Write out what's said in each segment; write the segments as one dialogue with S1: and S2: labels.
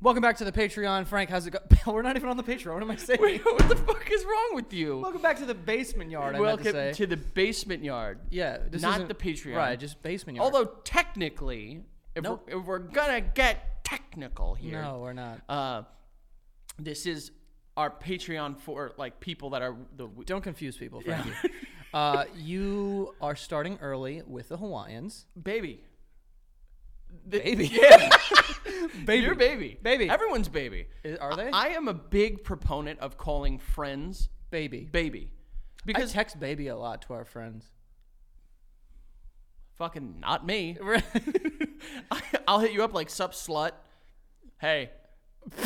S1: Welcome back to the Patreon, Frank. How's it go? We're not even on the Patreon. What am I saying?
S2: Wait, what the fuck is wrong with you?
S1: Welcome back to the basement yard. I meant
S2: Welcome
S1: to say.
S2: to, the basement yard.
S1: yeah, this
S2: not
S1: isn't-
S2: the Patreon.
S1: Right, just basement yard.
S2: Although technically, if,
S1: Nope.
S2: we're, if we're gonna get technical here,
S1: no, we're not.
S2: uh, this is our Patreon for like people that are the w-
S1: Don't confuse people, Frankie. uh, you are starting early with the Hawaiians.
S2: baby. The-
S1: Baby.
S2: yeah,
S1: Baby.
S2: your baby,
S1: Baby.
S2: Everyone's baby.
S1: Is- are they?
S2: I am a big proponent of calling friends
S1: baby.
S2: baby, because
S1: I text baby a lot to our friends.
S2: fucking not me. I- I'll hit you up like sup slut. Hey,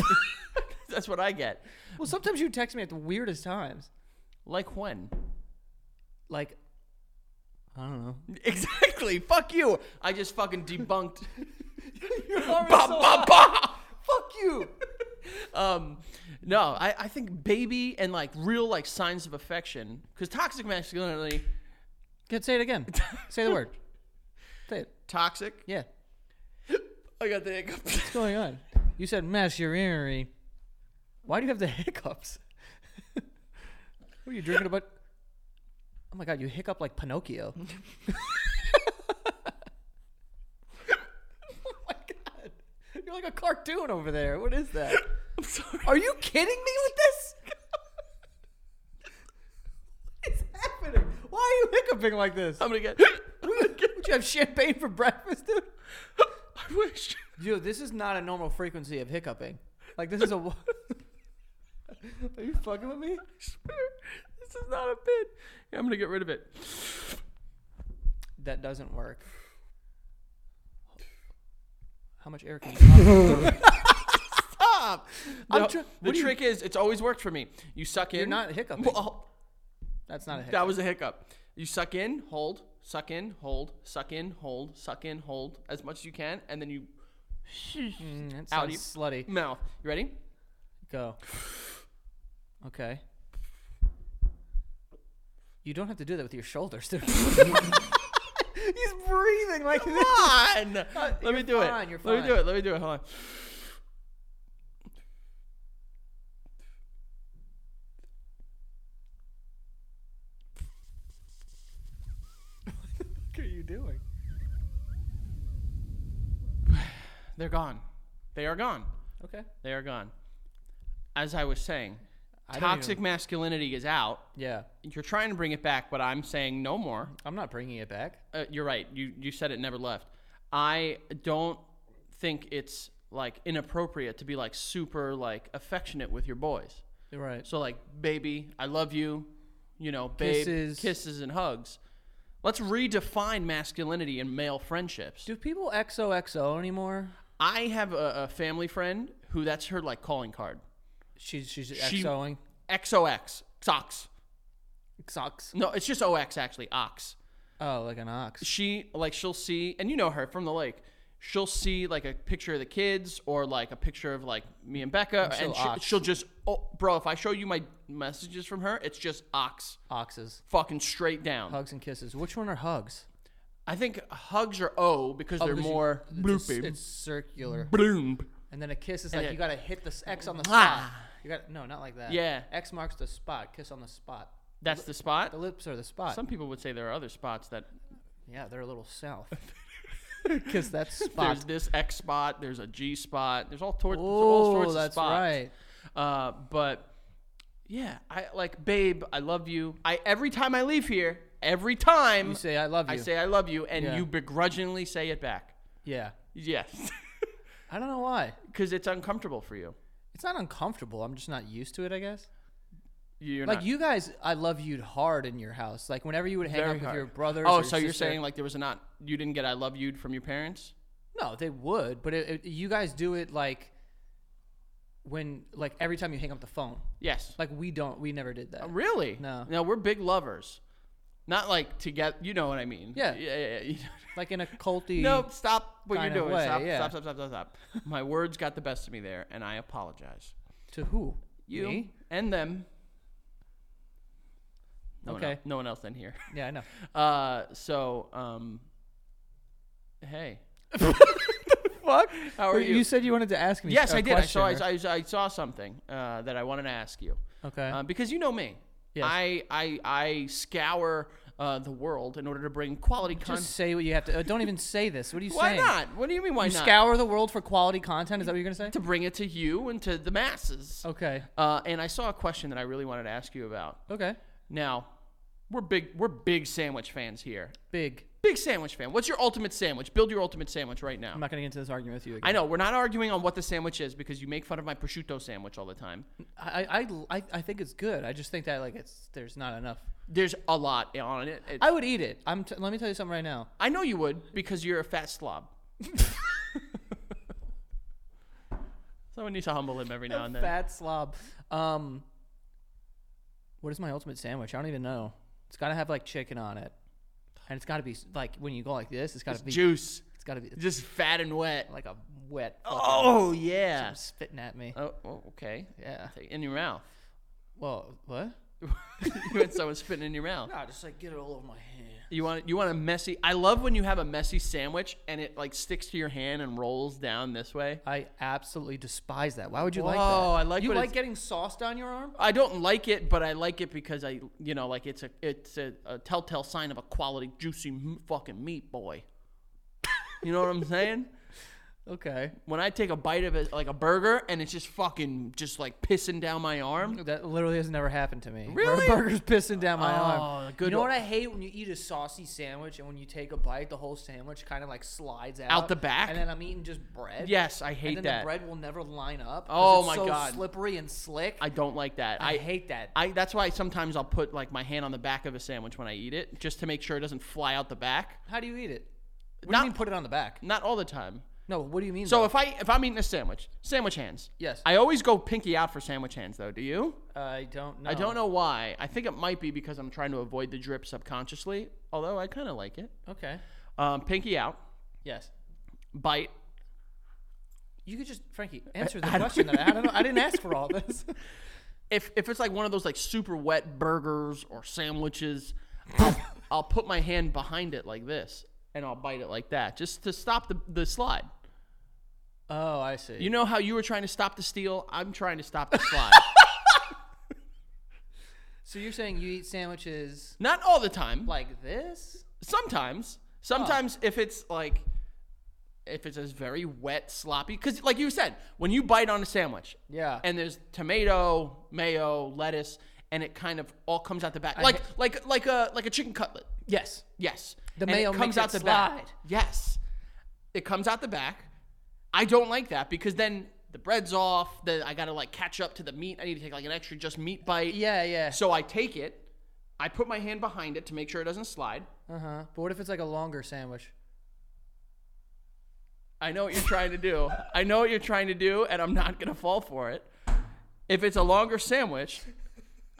S2: that's what I get.
S1: well, sometimes you text me at the weirdest times.
S2: Like when?
S1: Like, I don't know.
S2: Exactly. Fuck you. I just fucking debunked.
S1: already
S2: Ba,
S1: so
S2: ba, ba. Fuck you. um, no, I, I think baby and like real like signs of affection because toxic masculinity,
S1: Good, say it again. say the word. Say it.
S2: toxic.
S1: Yeah.
S2: I got the hiccups.
S1: What's going on? You said masculinity. Why do you have the hiccups? what are you drinking about? Oh my god, you hiccup like Pinocchio. oh my god. You're like a cartoon over there. What is that?
S2: I'm sorry.
S1: Are you kidding me with this? what is happening? Why are you hiccuping like this?
S2: I'm gonna get.
S1: Would you have champagne for breakfast, dude?
S2: I wish.
S1: Dude, this is not a normal frequency of hiccuping. Like this is a. wa- Are you fucking with me?
S2: swear, this is not a bit. I'm gonna get rid of it.
S1: That doesn't work. How much air can you pump?
S2: Stop.
S1: I'm
S2: No,
S1: tr-
S2: the
S1: what do you-
S2: trick is, it's always worked for me. You suck in.
S1: You're not hiccuping.
S2: Well,
S1: That's not a hiccup.
S2: that was a hiccup. You suck in, hold, suck in, hold, suck in, hold, suck in, hold as much as you can, and then you
S1: Mm, that
S2: Out
S1: sounds slutty.
S2: mouth. You ready?
S1: Go. Okay. You don't have to do that with your shoulders, dude. He's breathing like
S2: Come
S1: this.
S2: on. Let
S1: Uh, you're
S2: me do
S1: fine,
S2: it.
S1: you're
S2: Let me do
S1: fine.
S2: it. Let me do it. Hold on.
S1: What are you doing?
S2: They're gone. They are gone.
S1: Okay.
S2: They are gone. As I was saying,
S1: I don't
S2: toxic masculinity is out.
S1: Yeah.
S2: You're trying to bring it back, but I'm saying no more.
S1: I'm not bringing it back.
S2: uh, you're right. You you said it never left. I don't think it's like inappropriate to be like super like affectionate with your boys.
S1: You're right.
S2: So like baby, I love you, you know, babe,
S1: Kisses.
S2: kisses, and hugs. Let's redefine masculinity and male friendships.
S1: Do people XOXO anymore?
S2: I have a, a family friend who that's her like calling card.
S1: She's she's
S2: She-
S1: XOing.
S2: XOX, socks.
S1: Sucks.
S2: No, it's just OX actually, ox.
S1: Oh, like an ox.
S2: she like she'll see and you know her from the lake she'll see like a picture of the kids or like a picture of like me and becca
S1: she'll
S2: and she,
S1: ox.
S2: she'll just oh bro if i show you my messages from her it's just ox
S1: Oxes.
S2: fucking straight down
S1: Hugs and kisses. Which one are hugs?
S2: i think hugs are o because they're
S1: Oh, because you-
S2: more
S1: It's,
S2: bloopy
S1: it's circular.
S2: bloom
S1: And then a kiss is like
S2: it-
S1: you gotta hit the s- X on the spot.
S2: Ah.
S1: You got no, not like that.
S2: Yeah.
S1: X marks the spot. Kiss on the spot.
S2: that's the spot
S1: The lips are the spot.
S2: some people would say there are other spots that
S1: yeah, they're a little south. Kiss that spot.
S2: there's this x spot there's a g spot there's all, tor- there's all sorts
S1: Oh,
S2: of
S1: that's
S2: spots
S1: right.
S2: Uh, but yeah, I like, babe, I love you. I every time I leave here, every time
S1: You say I love you.
S2: I say I love you, and
S1: Yeah.
S2: you begrudgingly say it back.
S1: yeah.
S2: Yes,
S1: I don't know why.
S2: because it's uncomfortable for you.
S1: It's not uncomfortable. I'm just not used to it. I guess.
S2: You're
S1: Like
S2: not
S1: you guys, I love you hard in your house. Like whenever you would hang
S2: very
S1: out with
S2: hard.
S1: your brothers.
S2: Oh,
S1: or
S2: so you're
S1: sister-
S2: saying like there was a not you didn't get I love you from your parents?
S1: No, they would, but it, it, you guys do it like when, like every time you hang up the phone.
S2: Yes.
S1: Like we don't, we never did that.
S2: really?
S1: No.
S2: No, we're big lovers. Not like to get, you know what I mean?
S1: Yeah.
S2: Yeah. yeah, yeah.
S1: Like in a culty.
S2: nope. Stop what you're
S1: Kinda
S2: doing.
S1: way,
S2: stop,
S1: yeah.
S2: stop. Stop. Stop. Stop. Stop. My words got the best of me there, and I apologize.
S1: To who?
S2: You
S1: Me?
S2: and them. No One
S1: Okay.
S2: else, no one else in here.
S1: Yeah, I know.
S2: Uh, so, um, hey.
S1: fuck?
S2: How are
S1: Wait,
S2: you?
S1: said you wanted to ask me.
S2: yes,
S1: I
S2: I did. I saw. I, I, I saw something uh, that I wanted to ask you.
S1: okay.
S2: Uh, because you know me.
S1: Yes.
S2: I I I scour uh, the world in order to bring quality content.
S1: Just say what you have to. Uh, don't even say this. What are you
S2: Why
S1: saying?
S2: not? What do you mean? Why
S1: You
S2: not?
S1: scour the world for quality content. Is that what you're gonna say?
S2: to bring it to you and to the masses.
S1: Okay.
S2: Uh, and I saw a question that I really wanted to ask you about.
S1: Okay.
S2: Now, we're big we're big sandwich fans here.
S1: Big.
S2: Big sandwich fan. What's your ultimate sandwich? Build your ultimate sandwich right now.
S1: I'm not gonna get into this argument with you
S2: I
S1: again.
S2: know we're not arguing on what the sandwich is because you make fun of my prosciutto sandwich all the time.
S1: I I, I, I, I think it's good. I just think that like it's there's not enough.
S2: There's a lot on it. It-
S1: I would eat it. I'm. T- let me tell you something right now.
S2: I know you would because you're a fat slob. Someone needs to humble him every now and then.
S1: Fat slob. Um. What is my ultimate sandwich? I don't even know. It's gotta have like chicken on it, and it's gotta be like when you go like this. It's gotta
S2: It's
S1: be.
S2: juice,
S1: It's gotta be
S2: just fat and wet.
S1: like a wet. fucking-
S2: Oh yeah.
S1: Spitting at me.
S2: Oh, oh, okay.
S1: Yeah.
S2: Take- In your mouth.
S1: Well, what?
S2: you had someone spitting in your mouth.
S1: No, Ah, just like get it all over my hand.
S2: You want you want a messy. I love when you have a messy sandwich and it like sticks to your hand and rolls down this way.
S1: I absolutely despise that. Why would you like that?
S2: Whoa, I like
S1: you
S2: when
S1: like
S2: it's-
S1: getting sauce down your arm.
S2: I don't like it, but I like it because I you know like it's a it's a, a telltale sign of a quality juicy m- fucking meat boy. You know what I'm saying?
S1: Okay,
S2: When I take a bite of it like a burger and it's just fucking just like pissing down my arm.
S1: that literally has never happened to me. Where a
S2: Really?
S1: burger's pissing down my
S2: Oh,
S1: arm.
S2: good
S1: you know
S2: one.
S1: what I hate when you eat a saucy sandwich and when you take a bite, the whole sandwich kind of like slides out,
S2: the back?
S1: and then I'm eating just bread.
S2: Yes, I
S1: and
S2: hate
S1: then
S2: that.
S1: the bread will never line up. 'cause
S2: Oh
S1: it's
S2: my
S1: so
S2: God.
S1: slippery and slick.
S2: I don't like that.
S1: I
S2: I
S1: hate that.
S2: I that's why sometimes I'll put like my hand on the back of a sandwich when I eat it just to make sure it doesn't fly out the back.
S1: How do you eat it? What do
S2: Not-
S1: you mean put it on the back?
S2: Not all the time.
S1: No, what do you mean?
S2: So
S1: by-
S2: if I if I'm eating a sandwich, sandwich hands.
S1: Yes.
S2: I always go pinky out for sandwich hands though. Do you?
S1: I don't know.
S2: I don't know why. I think it might be because I'm trying to avoid the drip subconsciously. Although I kind of like it.
S1: Okay.
S2: Um, pinky out,
S1: Yes.
S2: bite.
S1: You could just, Frankie, answer the question that I, I don't know. I didn't ask for all this.
S2: If if it's like one of those like super wet burgers or sandwiches, I'll, I'll put my hand behind it like this and I'll bite it like that just to stop the the slide.
S1: Oh, I see.
S2: You know how you were trying to stop the steal? I'm trying to stop the slide.
S1: so you're saying you eat sandwiches
S2: Not all the time.
S1: like oh. this?
S2: Sometimes. Sometimes if it's like if it's just very wet, sloppy cuz like you said, when you bite on a sandwich
S1: Yeah.
S2: and there's tomato, mayo, lettuce and it kind of all comes out the back. Like like like a like a chicken cutlet.
S1: yes.
S2: Yes.
S1: The
S2: And
S1: mayo
S2: it comes
S1: makes it
S2: out the back.
S1: slide.
S2: Yes. It comes out the back. I don't like that because then the bread's off, then I got to like catch up to the meat. I need to take like an extra just meat bite.
S1: Yeah, yeah.
S2: So I take it, I put my hand behind it to make sure it doesn't slide.
S1: Uh huh. But what if it's like a longer sandwich?
S2: I know what you're trying to do. I know what you're trying to do, and I'm not gonna fall for it. If it's a longer sandwich,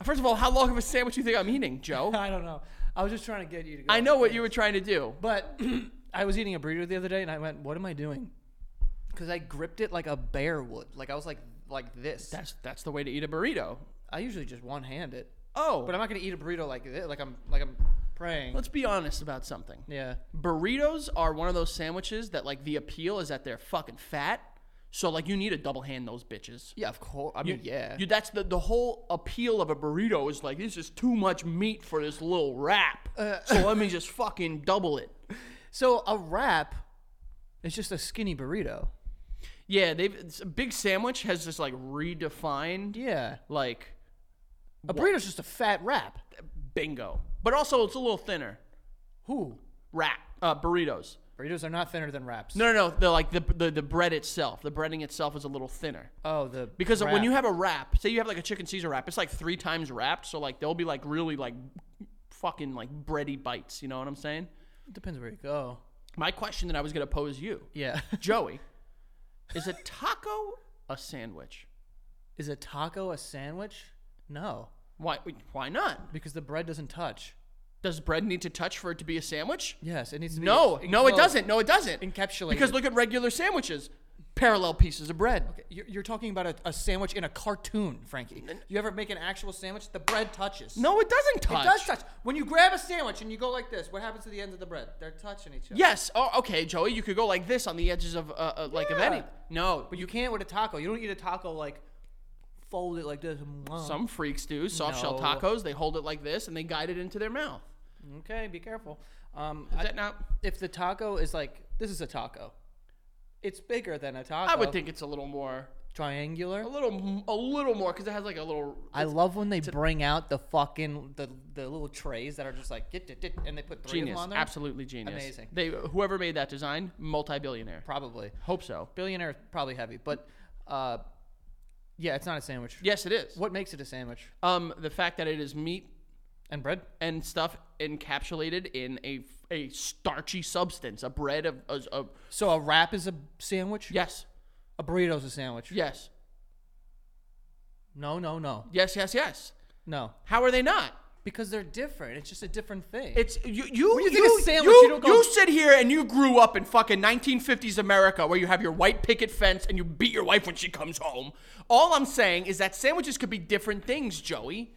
S2: first of all, how long of a sandwich do you think I'm eating, Joe?
S1: I don't know. I was just trying to get you to go.
S2: Oh. I know what you were trying to do.
S1: But I was eating a burrito the other day and I went, what am I doing? Because I gripped it like a bear would. Like I was like, like this.
S2: That's that's the way to eat a burrito.
S1: I usually just one hand it.
S2: Oh,
S1: But I'm not going to eat a burrito like this. Like I'm, like I'm praying.
S2: let's be honest about something.
S1: Yeah.
S2: Burritos are one of those sandwiches that like the appeal is that they're fucking fat. So like you need to double hand those bitches.
S1: Yeah, of course. I mean, yeah.
S2: You, that's the the whole appeal of a burrito is like this is too much meat for this little wrap.
S1: Uh.
S2: so let me just fucking double it.
S1: So a wrap is just a skinny burrito.
S2: Yeah, they've it's- big sandwich has just like redefined
S1: Yeah.
S2: like
S1: A burrito's just a fat wrap.
S2: bingo, but also it's a little thinner
S1: Who?
S2: wrap uh, burritos.
S1: Burritos are not thinner than wraps.
S2: No, no, no. The like the, the the bread itself, the breading itself is a little thinner.
S1: Oh, the
S2: Because
S1: wrap.
S2: when you have a wrap, say you have like a chicken Caesar wrap, it's like three times wrapped, so like they'll be like really like fucking like bready bites. You know what I'm saying?
S1: it depends where you go.
S2: My question that I was gonna pose you,
S1: Yeah.
S2: Joey, is a taco a sandwich?
S1: Is a taco a sandwich? No,
S2: Why? Why not?
S1: because the bread doesn't touch.
S2: Does bread need to touch for it to be a sandwich?
S1: Yes, it needs to be.
S2: No, no, it
S1: enclosed.
S2: doesn't. No, it doesn't.
S1: Encapsulated.
S2: Because look at regular sandwiches. parallel pieces of bread.
S1: You're, you're talking about a, a sandwich in a cartoon, Frankie. You ever make an actual sandwich? The bread touches.
S2: No, it doesn't
S1: It
S2: touch.
S1: does touch. When you grab a sandwich and you go like this, what happens to the ends of the bread? They're touching each other.
S2: Yes. Oh, okay, Joey. You could go like this on the edges of uh, uh like of
S1: Yeah.
S2: any. No,
S1: But you can't with a taco. You don't eat a taco like fold it like this. Mwah.
S2: some freaks do soft shell
S1: No.
S2: tacos. They hold it like this and they guide it into their mouth.
S1: Okay, be careful. Um,
S2: Is
S1: I-
S2: that not?
S1: if the taco is like this is a taco, it's bigger than a taco.
S2: I would think it's a little more,
S1: triangular.
S2: a little, m- a little more because it has like a little.
S1: I love when they bring out the fucking the, the little trays that are just like get, get, get, and they put three of
S2: Genius,
S1: them on there.
S2: absolutely genius.
S1: Amazing.
S2: They whoever made that design, multi-billionaire.
S1: Probably
S2: Hope so.
S1: billionaire is probably heavy, but uh, yeah, it's not a sandwich.
S2: Yes, it is.
S1: What makes it a sandwich?
S2: Um, the fact that it is meat
S1: And bread?
S2: and stuff encapsulated in a a starchy substance, a bread of, of, of
S1: So a wrap is a sandwich.
S2: yes,
S1: A burrito's a sandwich.
S2: yes,
S1: No, no, no,
S2: yes, yes, yes.
S1: no.
S2: How are they not?
S1: Because they're different. It's just a different thing.
S2: It's you. You
S1: When you
S2: you,
S1: think of sandwich,
S2: you-
S1: you don't go-
S2: you sit here and you grew up in fucking 1950s America, where you have your white picket fence and you beat your wife when she comes home. All I'm saying is that sandwiches could be different things, Joey.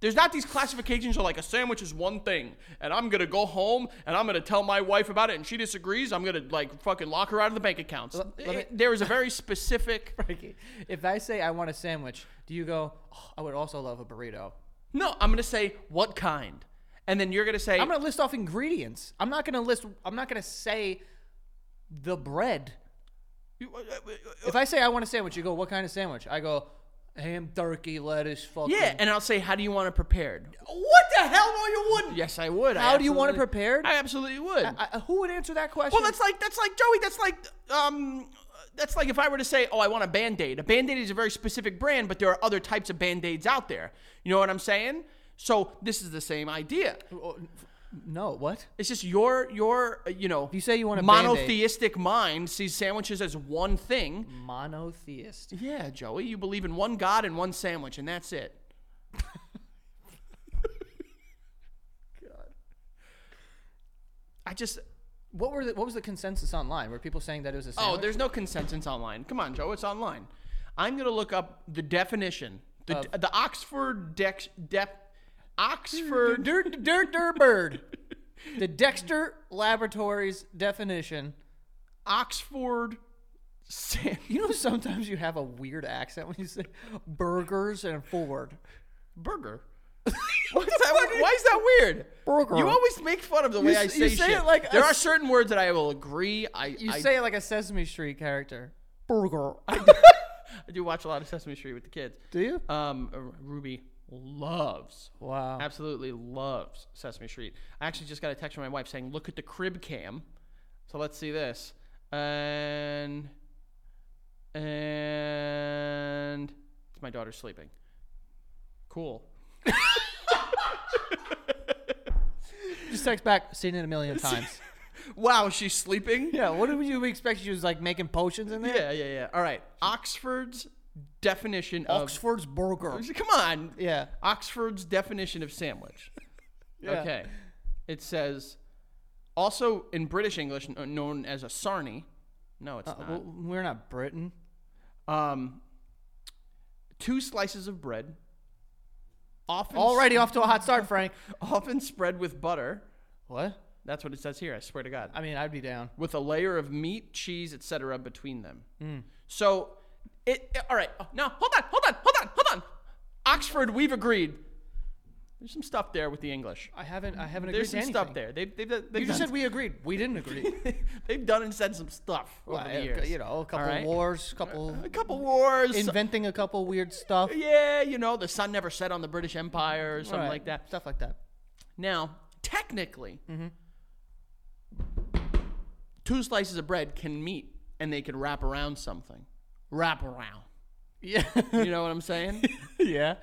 S2: There's not these classifications of like a sandwich is one thing, and I'm gonna go home and I'm gonna tell my wife about it, and she disagrees. I'm gonna like fucking lock her out of the bank accounts. Eh,
S1: let me-
S2: there is a very specific.
S1: Frankie, if I say I want a sandwich, do you go? "Oh, I would also love a burrito.
S2: No, I'm gonna say what kind, and then you're gonna say
S1: I'm gonna list off ingredients. I'm not gonna list. I'm not gonna say the bread.
S2: uh,
S1: If I say I want a sandwich, you go, what kind of sandwich? I go, ham, turkey, lettuce, fucking.
S2: yeah, and I'll say how do you want it prepared?
S1: What the hell? No, you wouldn't.
S2: Yes, I would. I
S1: How do you want it
S2: absolutely-
S1: prepared?
S2: I absolutely would.
S1: I, who would answer that question?
S2: well, that's like that's like Joey. That's like um, that's like if I were to say, oh, I want a band aid. A band aid is a very specific brand, but there are other types of band aids out there. You know what I'm saying? So this is the same idea.
S1: no. What?
S2: It's just your your uh, you know
S1: You say you want a Band-Aid.
S2: monotheistic mind sees sandwiches as one thing.
S1: Monotheist.
S2: Yeah, Joey, you believe in one God and one sandwich, and that's it.
S1: God.
S2: I just
S1: What were the, what was the consensus online? Were people saying that it was a
S2: Oh,
S1: sandwich?
S2: there's no consensus online. Come on, Joe, it's online. I'm gonna look up the definition. The the Oxford Dex Def Oxford.
S1: Der, der, der bird. The Dexter Laboratories definition.
S2: Oxford. Sam-
S1: You know, sometimes you have a weird accent when you say burgers and forward.
S2: Burger. What's that? Why is that weird?
S1: Burger.
S2: You always make fun of the way I
S1: s-
S2: say,
S1: you say
S2: shit.
S1: it like
S2: there
S1: a
S2: are
S1: s-
S2: certain words that I will agree. I
S1: You
S2: I,
S1: say it like a Sesame Street character. Burger.
S2: I do watch a lot of Sesame Street with the kids.
S1: Do you?
S2: Um, R- Ruby loves
S1: Wow.
S2: absolutely loves Sesame Street. I actually just got a text from my wife saying, "Look at the crib cam." So let's see this. And and it's my daughter sleeping. Cool.
S1: Just text back, seen it a million times.
S2: Wow, she's sleeping.
S1: yeah, what did you expect? She was like making potions in there?
S2: yeah, yeah, yeah. All right. Oxford's definition of
S1: Oxford's burger.
S2: come on.
S1: Oh, Yeah.
S2: Oxford's definition of sandwich.
S1: Yeah.
S2: Okay. It says, also in British English, kn- known as a sarnie. No, it's
S1: Uh, Well, we're not Britain.
S2: not. Um, two slices of bread, often,
S1: Already off to a hot start, Frank.
S2: often spread with butter.
S1: What?
S2: That's what it says here, I swear to God.
S1: I mean, I'd be down.
S2: With a layer of meat, cheese, etc. between them.
S1: Mm.
S2: So, it, it- all right. Oh, now, hold on, hold on, hold on, hold on. Oxford, we've agreed. There's some stuff there with the English.
S1: I haven't. I haven't agreed
S2: There's
S1: to
S2: some
S1: anything.
S2: stuff there. They've, they've, they've
S1: You just
S2: done-
S1: said we agreed. We didn't agree.
S2: They've done and said some stuff over
S1: Well,
S2: the years.
S1: You know, a couple
S2: right.
S1: wars, couple
S2: a couple wars.
S1: inventing a couple weird stuff,
S2: yeah, you know, the sun never set on the British Empire or something
S1: Right,
S2: like that.
S1: Stuff like that.
S2: Now, technically,
S1: Mm-hmm.
S2: two slices of bread can meet and they can wrap around something. Wrap around.
S1: Yeah,
S2: You know what I'm saying?
S1: yeah.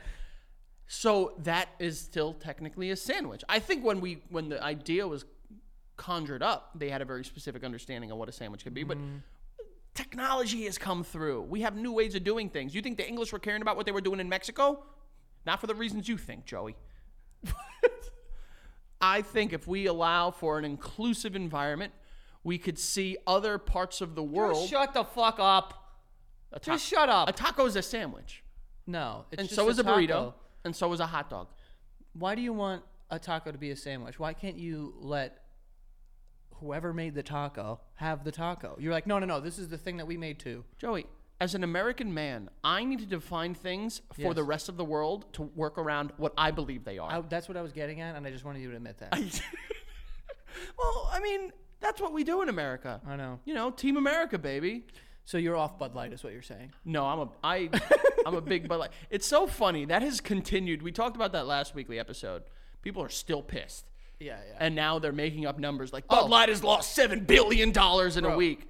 S2: So that is still technically a sandwich. I think when we when the idea was conjured up, they had a very specific understanding of what a sandwich could be, but
S1: Mm-hmm.
S2: technology has come through. We have new ways of doing things. You think the English were caring about what they were doing in Mexico? Not for the reasons you think, Joey. I think if we allow for an inclusive environment We could see other parts of the
S1: Just
S2: world.
S1: shut the fuck up.
S2: a ta-
S1: Just shut up.
S2: a taco is a sandwich,
S1: no. It's
S2: and
S1: just
S2: so is a burrito,
S1: taco.
S2: and so is a hot dog.
S1: Why do you want a taco to be a sandwich? Why can't you let whoever made the taco have the taco? You're like, no, no, no. This is the thing that we made too.
S2: Joey, as an American man, I need to define things for
S1: Yes.
S2: the rest of the world to work around what I believe they are.
S1: I, that's what I was getting at, and I just wanted you to admit that.
S2: well, I mean, that's what we do in America.
S1: I know.
S2: You know, Team America, baby.
S1: So you're off Bud Light, is what you're saying.
S2: No, I'm a I I'm a big Bud Light. It's so funny that has continued. We talked about that last weekly episode. People are still pissed,
S1: Yeah, yeah.
S2: and now they're making up numbers like Bud
S1: Oh.
S2: Light has lost seven billion dollars in a
S1: Bro.
S2: week.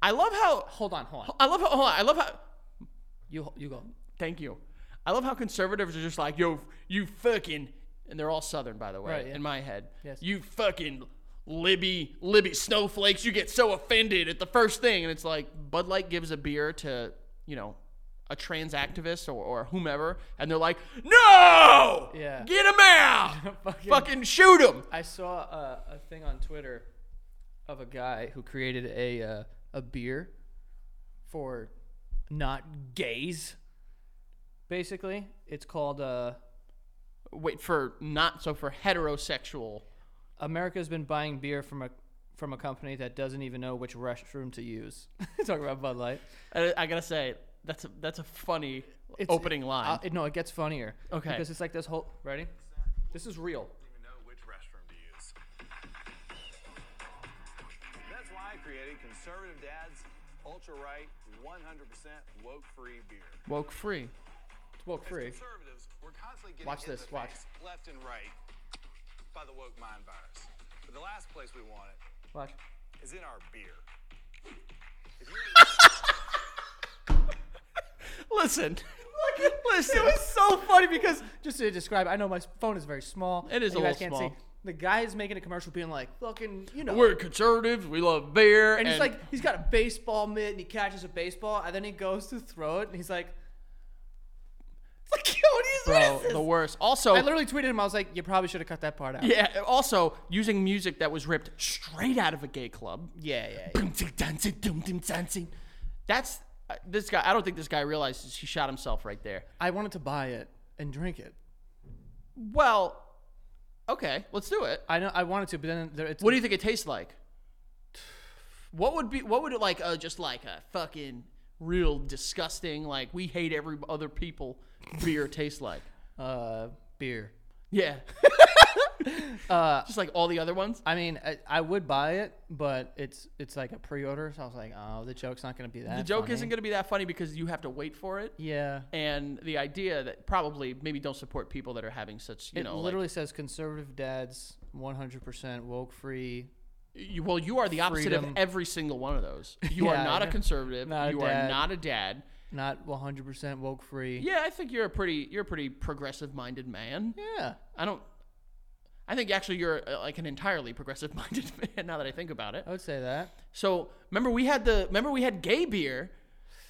S2: I love how
S1: hold on, hold on.
S2: I love how hold on, I love how
S1: You you go.
S2: Thank you. I love how conservatives are just like, yo, you fucking, and they're all Southern, by the way,
S1: Right, yeah.
S2: in my head.
S1: Yes.
S2: You fucking Libby, Libby snowflakes. You get so offended at the first thing, and it's like Bud Light gives a beer to, you know, a trans activist or, or whomever, and they're like, no,
S1: Yeah.
S2: get him out,
S1: Fucking-
S2: fucking, shoot him.
S1: I saw a, a thing on Twitter of a guy who created a uh, a beer for not gays. Basically, it's called uh,
S2: Wait for not so for heterosexual.
S1: America's been buying beer from a from a company that doesn't even know which restroom to use. Talk about Bud Light.
S2: I, I gotta say that's a, that's a funny
S1: It's-
S2: opening line.
S1: Uh, it- no, it gets funnier.
S2: Okay.
S1: Because it's like this whole. Ready? This is real.
S3: don't even know which restroom to use. That's why I created Conservative Dad's Ultra Right 100% Woke Free Beer.
S2: Woke free.
S1: It's woke free.
S3: Conservatives, we're constantly getting
S1: Watch
S3: hit in
S1: this,
S3: the
S1: watch.
S3: face, left and right by the woke mind virus. But the last place we want it
S1: Watch.
S3: is in our beer. If you're-
S2: Listen. Listen.
S1: It was so funny because just to describe, I know my phone is very small.
S2: It is
S1: and
S2: a
S1: you guys
S2: little
S1: can't See.
S2: small.
S1: The guy is making a commercial, being like, "Fucking, you know,"
S2: We're conservatives. We love beer.
S1: and he's like, he's got a baseball mitt and he catches a baseball, and then he goes to throw it, and he's like, "Fuck you, what is
S2: bro,
S1: this?"
S2: the worst. Also,
S1: I literally tweeted him. I was like, "You probably should have cut that part out."
S2: yeah. Also, using music that was ripped straight out of a gay club.
S1: yeah, yeah. yeah.
S2: Boom, tick, dancing, doom, doom, dancing. That's uh, this guy. I don't think this guy realizes he shot himself right there.
S1: I wanted to buy it and drink it.
S2: Well, okay, let's do it.
S1: I know I wanted to, but then there, it's
S2: What do you think it tastes like? What would be? What would it like? Uh, just like a fucking real disgusting, like we hate every other people beer taste like.
S1: uh, beer.
S2: Yeah.
S1: Uh,
S2: just like all the other ones.
S1: I mean, I, I would buy it, but it's it's like a pre-order, so I was like, "Oh, the joke's not going to be that."
S2: The joke
S1: funny."
S2: isn't going to be that funny because you have to wait for it.
S1: Yeah.
S2: And the idea that probably maybe don't support people that are having such, you
S1: it
S2: know,
S1: literally says conservative dads 100% woke free.
S2: like, you, well, you are the opposite
S1: freedom.
S2: of every single one of those. You
S1: Yeah,
S2: are not a
S1: yeah.
S2: conservative.
S1: Not a
S2: you
S1: dad.
S2: are not a dad.
S1: Not 100% woke free.
S2: Yeah, I think you're a pretty, you're a pretty progressive minded man.
S1: Yeah.
S2: I don't, I think actually you're uh, like an entirely progressive minded man now that I think about it.
S1: I would say that.
S2: So remember we had the, remember we had gay beer,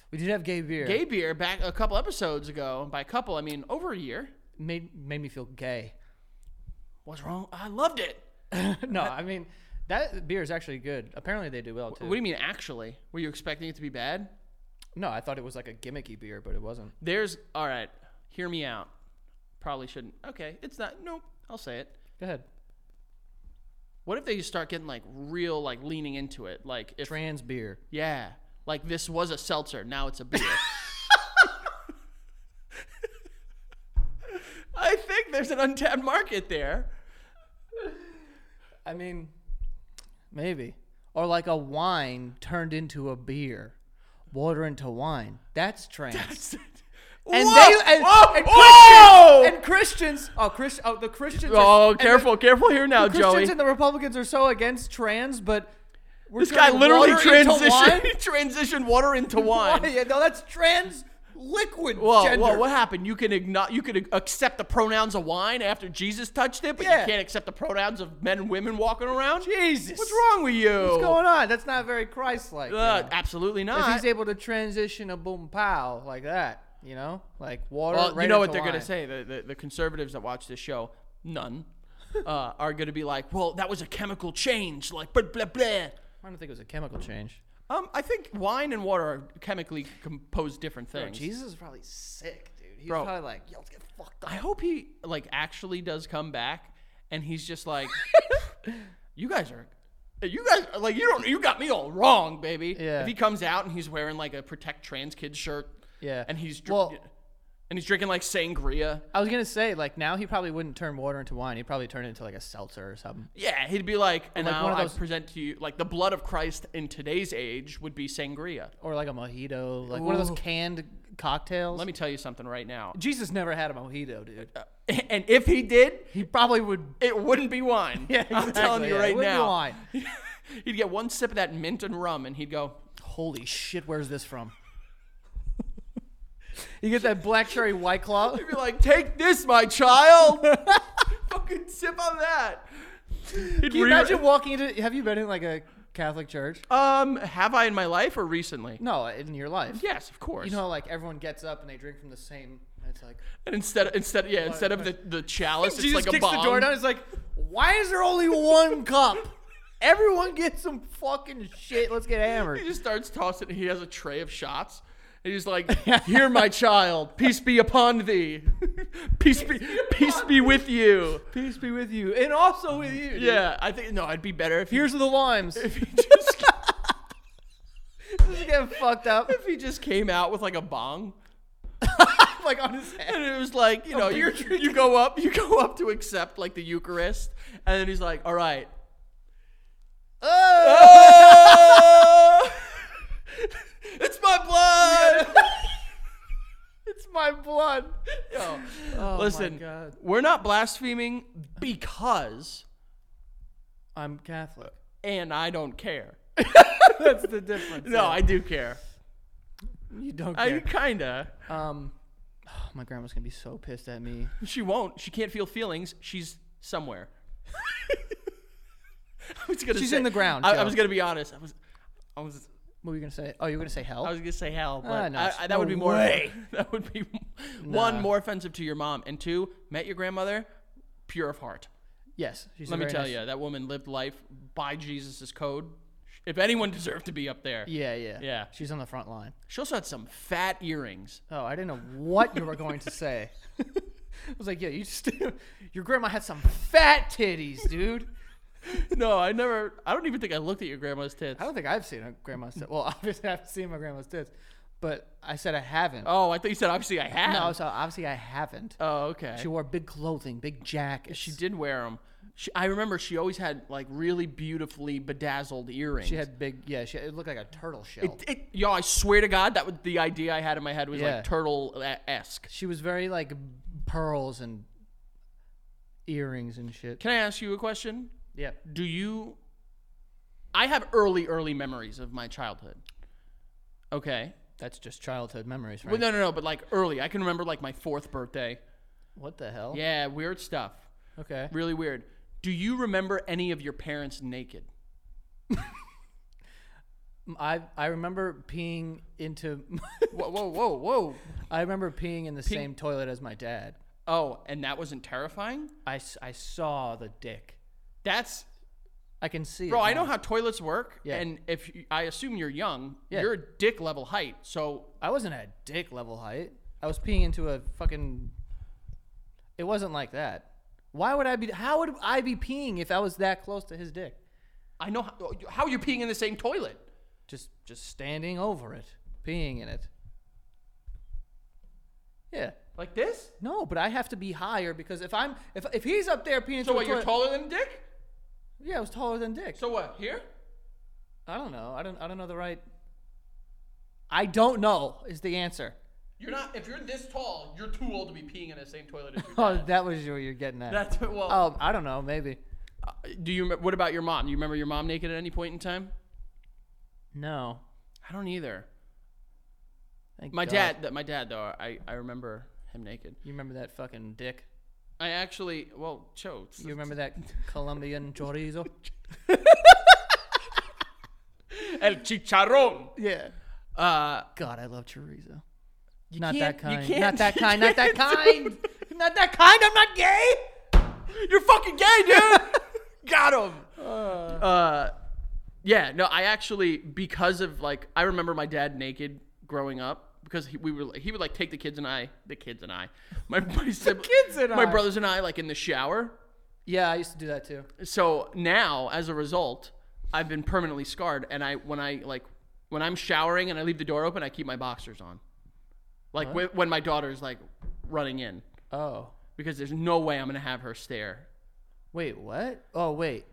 S1: We did have gay beer.
S2: gay beer back a couple episodes ago. And by a couple, I mean over a year.
S1: made made me feel gay.
S2: What's wrong? I loved it.
S1: no, I mean that beer is actually good. Apparently they do well too.
S2: What do you mean actually? Were you expecting it to be bad?
S1: no, I thought it was like a gimmicky beer, but it wasn't.
S2: There's all right. Hear me out. Probably shouldn't. Okay, it's not. Nope. I'll say it.
S1: Go ahead.
S2: What if they just start getting like real, like leaning into it? Like if
S1: Trans beer.
S2: yeah, like this was a seltzer, now it's a beer. I think there's an untapped market there.
S1: I mean maybe or like a wine turned into a beer. Water into wine. That's trans. and they and, and Christians and Christians oh Chris oh the Christians are-
S2: oh,
S1: and the-
S2: careful, careful here now,
S1: Christians
S2: Joey.
S1: and the Republicans are so against trans, but we're
S2: This guy
S1: turning
S2: literally
S1: water into wine?
S2: transitioned transitioned water into wine.
S1: Why? Yeah, no, that's trans liquid
S2: Whoa,
S1: gender.
S2: whoa, what happened? You can igno- you can accept the pronouns of wine after Jesus touched it, but
S1: Yeah.
S2: you can't accept the pronouns of men and women walking around?
S1: Jesus.
S2: What's wrong with you?
S1: What's going on? That's not very Christ-like. you
S2: Uh,
S1: know?
S2: Absolutely
S1: If
S2: not.
S1: he's able to transition a boom pow like that, you know, like water.
S2: well,
S1: right
S2: you know
S1: into
S2: what they're going
S1: wine.
S2: to say. The, the, the conservatives that watch this show, none, uh, are going to be like, well, that was a chemical change, like blah, blah, blah.
S1: I don't think it was a chemical change.
S2: Um, I think wine and water are chemically composed different
S1: Bro,
S2: things.
S1: Jesus is probably sick, dude. He's
S2: Bro.
S1: probably like, yo, let's get fucked up.
S2: I hope he like actually does come back, and he's just like, "You guys are, you guys are, like you don't you got me all wrong, baby."
S1: Yeah.
S2: If he comes out and he's wearing like a protect trans kids shirt,
S1: Yeah.
S2: and he's dr-
S1: Well-
S2: and he's drinking like sangria.
S1: I was gonna say, like, now he probably wouldn't turn water into wine. He'd probably turn it into like a seltzer or something.
S2: Yeah, he'd be like, and
S1: like
S2: now
S1: one of
S2: I
S1: those-
S2: present to you like the blood of Christ in today's age would be sangria.
S1: Or like a mojito, like one of
S2: Ooh.
S1: those canned cocktails.
S2: Let me tell you something right now.
S1: Jesus never had a mojito, dude.
S2: And if he did,
S1: He probably would.
S2: it wouldn't be wine.
S1: Yeah,
S2: I'm telling
S1: exactly,
S2: you
S1: yeah, it
S2: right
S1: wouldn't be
S2: now.
S1: wine.
S2: he'd get one sip of that mint and rum, and he'd go,
S1: Holy shit, where's this from? you get that black cherry white claw.
S2: He'd be like, "Take this, my child." Fucking sip on that. He'd
S1: Can you
S2: re-
S1: imagine walking into? Have you been in like a Catholic church?
S2: Um, have I in my life or recently?
S1: No, in your life.
S2: Yes, of course.
S1: You know, like everyone gets up and they drink from the same. and It's like
S2: and instead, instead, yeah, instead of the, the chalice, it's
S1: Jesus
S2: like a
S1: kicks
S2: bomb.
S1: the door down. It's like, why is there only one cup? Everyone get some fucking shit. Let's get hammered.
S2: He just starts tossing. He has a tray of shots. And he's like, "Here, my child, peace be upon thee. peace be, peace be with you."
S1: Peace be with you, and also with you. dude.
S2: Yeah, I think no, I'd be better if he-
S1: Here's the limes.
S2: if he just
S1: Just getting fucked up,
S2: if he just came out with like a bong.
S1: like on his head.
S2: And it was like, you know, you,
S1: beer
S2: you go up, you go up to accept like the Eucharist, and then he's like, "All right." Oh! it's my blood.
S1: It's my blood.
S2: Yo,
S1: Oh
S2: listen,
S1: my God.
S2: we're not blaspheming because,
S1: I'm Catholic.
S2: and I don't care.
S1: That's the difference.
S2: No, I do care.
S1: you don't
S2: I
S1: care.
S2: kinda.
S1: um, oh, my grandma's gonna be so pissed at me.
S2: She won't. She can't feel feelings. She's somewhere. I was gonna
S1: She's
S2: say-
S1: in the ground,
S2: I, I
S1: Joe.
S2: was gonna be honest. I was, I was,
S1: What were you gonna say? Oh, you were gonna say hell?
S2: I was gonna say hell, but
S1: Ah, no,
S2: I, I- that would
S1: no
S2: be more.
S1: way.
S2: That would be one
S1: Nah.
S2: more offensive to your mom, and two, met your grandmother, pure of heart.
S1: yes. She's a
S2: Let me
S1: very
S2: tell
S1: nice-
S2: you, that woman lived life by Jesus' code. If anyone deserved to be up there,
S1: Yeah, yeah,
S2: Yeah.
S1: She's on the front line.
S2: she also had some fat earrings.
S1: Oh, I didn't know what you were going to say. I was like, yeah, you just your grandma had some fat titties, dude.
S2: no, I never. I don't even think I looked at your grandma's tits.
S1: I don't think I've seen a grandma's tits. Well, obviously I've seen my grandma's tits, but I said I haven't.
S2: Oh, I thought you said obviously I had.
S1: No, so obviously I haven't.
S2: oh, okay.
S1: She wore big clothing, big jackets.
S2: She did wear them. She, I remember she always had like really beautifully bedazzled earrings.
S1: She had big, yeah. She it looked like a turtle shell.
S2: It, it, yo, I swear to God, that was the idea I had in my head was
S1: Yeah.
S2: like turtle esque.
S1: she was very like pearls and earrings and shit.
S2: Can I ask you a question?
S1: yeah.
S2: Do you? I have early, early memories of my childhood. Okay.
S1: That's just childhood memories, right?
S2: Well, no, no, no, but like early. I can remember like my fourth birthday.
S1: what the hell?
S2: Yeah, weird stuff.
S1: Okay.
S2: Really weird. Do you remember any of your parents naked?
S1: I I remember peeing into.
S2: Whoa, whoa, whoa, whoa.
S1: I remember peeing in the same toilet as my dad.
S2: Oh, and that wasn't terrifying?
S1: I, s- I saw the dick.
S2: That's
S1: I can see.
S2: Bro,
S1: it
S2: I know
S1: now.
S2: how toilets work,
S1: Yeah.
S2: and if you, I assume you're young,
S1: Yeah.
S2: you're dick level height. So
S1: I wasn't at dick level height. I was peeing into a fucking. It wasn't like that. Why would I be? How would I be peeing if I was that close to his dick?
S2: I know how, how you're peeing in the same toilet.
S1: Just just standing over it, peeing in it. Yeah.
S2: Like this?
S1: No, but I have to be higher because if I'm if if he's up there peeing into
S2: So
S1: a
S2: what, you're
S1: toilet-
S2: taller than dick?
S1: Yeah, I was taller than dick.
S2: So what, here?
S1: I don't know. I don't. I don't know the right. I don't know is the answer.
S2: You're not, if you're this tall, you're too old to be peeing in the same toilet as your
S1: Oh,
S2: dad.
S1: that was what you're getting at.
S2: That's what, well,
S1: Oh, I don't know. Maybe. Oh.
S2: do you, remem- what about your mom? Do you remember your mom naked at any point in time?
S1: No.
S2: I don't either.
S1: Thank
S2: My
S1: God.
S2: dad, that my dad though, I, I remember him naked.
S1: You remember that fucking dick?
S2: I actually, well, Cho, it's-
S1: You remember that Colombian chorizo?
S2: El chicharron.
S1: Yeah.
S2: Uh,
S1: God, I love chorizo. not
S2: can't-
S1: that
S2: you
S1: kind.
S2: can't-
S1: Not that
S2: you
S1: kind. Not that kind. Not that kind. I'm not gay.
S2: You're fucking gay, dude. Got him. Uh, Yeah, no, I actually because of like I remember my dad naked growing up because he, we were he would like take the kids and I the kids and I my my, sib-
S1: kids and
S2: my
S1: I.
S2: brothers and I like in the shower.
S1: Yeah, I used to do that too.
S2: So now as a result, I've been permanently scarred and I when I like when I'm showering and I leave the door open, I keep my boxers on. Like wh- when my daughter's like running in
S1: Oh.
S2: because there's no way I'm going to have her stare
S1: Wait, what? Oh, wait.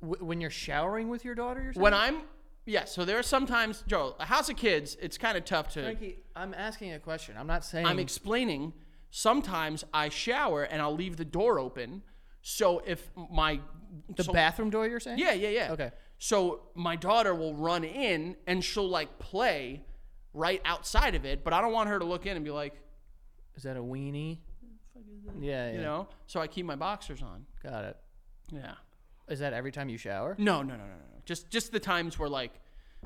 S1: W- when you're showering with your daughter, you're saying?
S2: When I'm yeah, so there are sometimes Joe, a house of kids, it's kind of tough to
S1: Frankie, I'm asking a question. I'm not saying.
S2: I'm explaining sometimes I shower and I'll leave the door open. So if my
S1: the bathroom door, you're saying?
S2: Yeah, yeah, yeah.
S1: Okay.
S2: So my daughter will run in and she'll like play right outside of it, but I don't want her to look in and be like,
S1: Is that a weenie? Yeah, yeah.
S2: you know, so I keep my boxers on.
S1: Got it.
S2: Yeah.
S1: Is that every time you shower?
S2: No, no, no, no, no. Just just the times where like,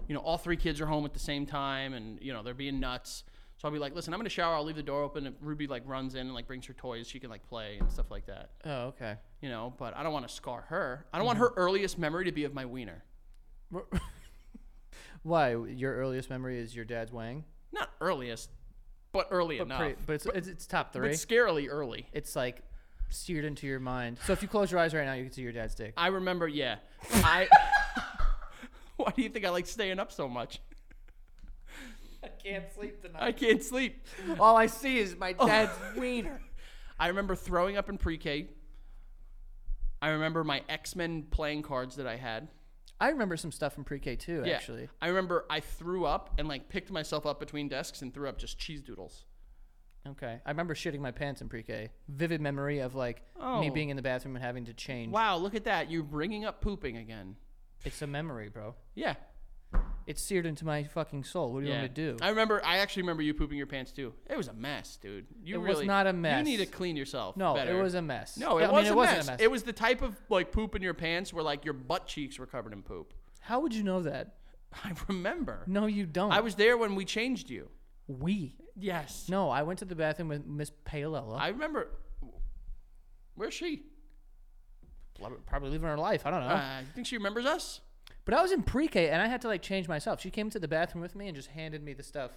S2: you know, all three kids are home at the same time, and you know they're being nuts. So I'll be like, listen, I'm gonna shower. I'll leave the door open. If Ruby like runs in and like brings her toys, she can like play and stuff like that.
S1: Oh, okay.
S2: You know, but I don't want to scar her. I don't want her earliest memory to be of my wiener.
S1: Why? Your earliest memory is your dad's wang?
S2: Not earliest, but early enough.
S1: Pretty- but it's, it's, it's top
S2: but
S1: three.
S2: scarily early.
S1: it's like seared into your mind. So if you close your eyes right now, you can see your dad's dick.
S2: I remember. Yeah. I. Why do you think I like staying up so much?
S1: I can't sleep tonight.
S2: I can't sleep.
S1: All I see is my dad's wiener.
S2: I remember throwing up in pre-K. I remember my X-Men playing cards that I had.
S1: I remember some stuff from pre-K too,
S2: Yeah.
S1: actually.
S2: I remember I threw up and like picked myself up between desks and threw up just cheese doodles.
S1: Okay. I remember shitting my pants in pre-K. Vivid memory of like me
S2: Oh.
S1: being in the bathroom and having to change.
S2: Wow, look at that. You're bringing up pooping again.
S1: It's a memory, bro.
S2: Yeah.
S1: It's seared into my fucking soul. What do you
S2: yeah.
S1: want me to do?
S2: I remember I actually remember you pooping your pants too. It was a mess, dude. You
S1: It was
S2: really
S1: not a mess.
S2: You need to clean yourself.
S1: no,
S2: better.
S1: it was a mess.
S2: No, it,
S1: I mean,
S2: was
S1: it
S2: a
S1: wasn't
S2: mess.
S1: a mess.
S2: It was the type of like poop in your pants where like your butt cheeks were covered in poop.
S1: How would you know that?
S2: I remember.
S1: No, you don't.
S2: I was there when we changed you.
S1: we.
S2: Yes.
S1: No, I went to the bathroom with Miss Paolella.
S2: I remember. Where's she?
S1: probably living her life. I don't know.
S2: Uh, you think she remembers us?
S1: but I was in pre-K and I had to like change myself. She came to the bathroom with me and just handed me the stuff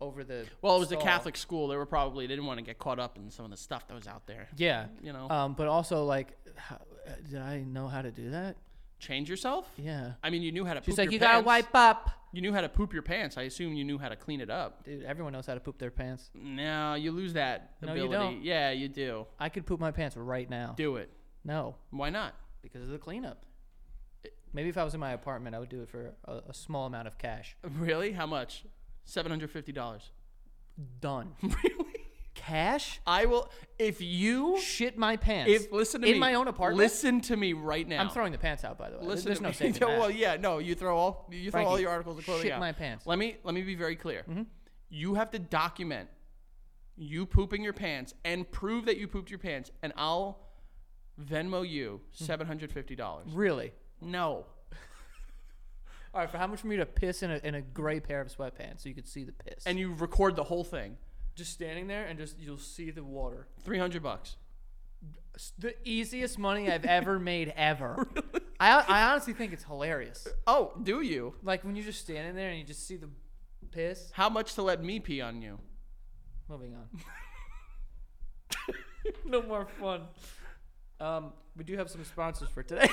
S1: over the.
S2: Well, it was a
S1: stall.
S2: Catholic school. They were probably they didn't want to get caught up in some of the stuff that was out there.
S1: Yeah.
S2: You know,
S1: Um, but also like, how, uh, did I know how to do that?
S2: change yourself.
S1: Yeah.
S2: I mean, you knew how to.
S1: She's
S2: poop
S1: like,
S2: your
S1: you
S2: pants.
S1: gotta wipe up.
S2: You knew how to poop your pants. I assume you knew how to clean it up.
S1: Dude, everyone knows how to poop their pants.
S2: No, you lose that
S1: No,
S2: ability.
S1: you don't.
S2: Yeah, you do.
S1: I could poop my pants right now.
S2: Do it.
S1: No,
S2: Why not?
S1: because of the cleanup. Maybe if I was in my apartment, I would do it for a, a small amount of cash.
S2: Really? How much? Seven hundred fifty dollars.
S1: Done.
S2: really?
S1: cash?
S2: I will. If you,
S1: Shit my pants.
S2: if listen to
S1: in
S2: me,
S1: my own apartment.
S2: Listen to me right now.
S1: I'm throwing the pants out, by the way.
S2: Listen,
S1: There's
S2: to
S1: no
S2: me.
S1: saving
S2: No,
S1: that.
S2: Well, yeah, no, you throw all you throw all
S1: Frankie,
S2: your articles of clothing
S1: shit
S2: out.
S1: my pants. Mm-hmm.
S2: Let me let me be very clear. You have to document you pooping your pants and prove that you pooped your pants, and I'll Venmo you
S1: Mm-hmm.
S2: seven hundred fifty dollars.
S1: Really?
S2: No,
S1: All right, for how much for me to piss in a, in a gray pair of sweatpants so you could see the piss?
S2: and you record the whole thing.
S1: just standing there and just you'll see the water.
S2: Three hundred bucks.
S1: It's the easiest money I've ever made ever. I, I honestly think it's hilarious.
S2: Oh, do you?
S1: Like when you're just standing there and you just see the piss.
S2: How much to let me pee on you?
S1: Moving on. no more fun. Um, we do have some sponsors for today.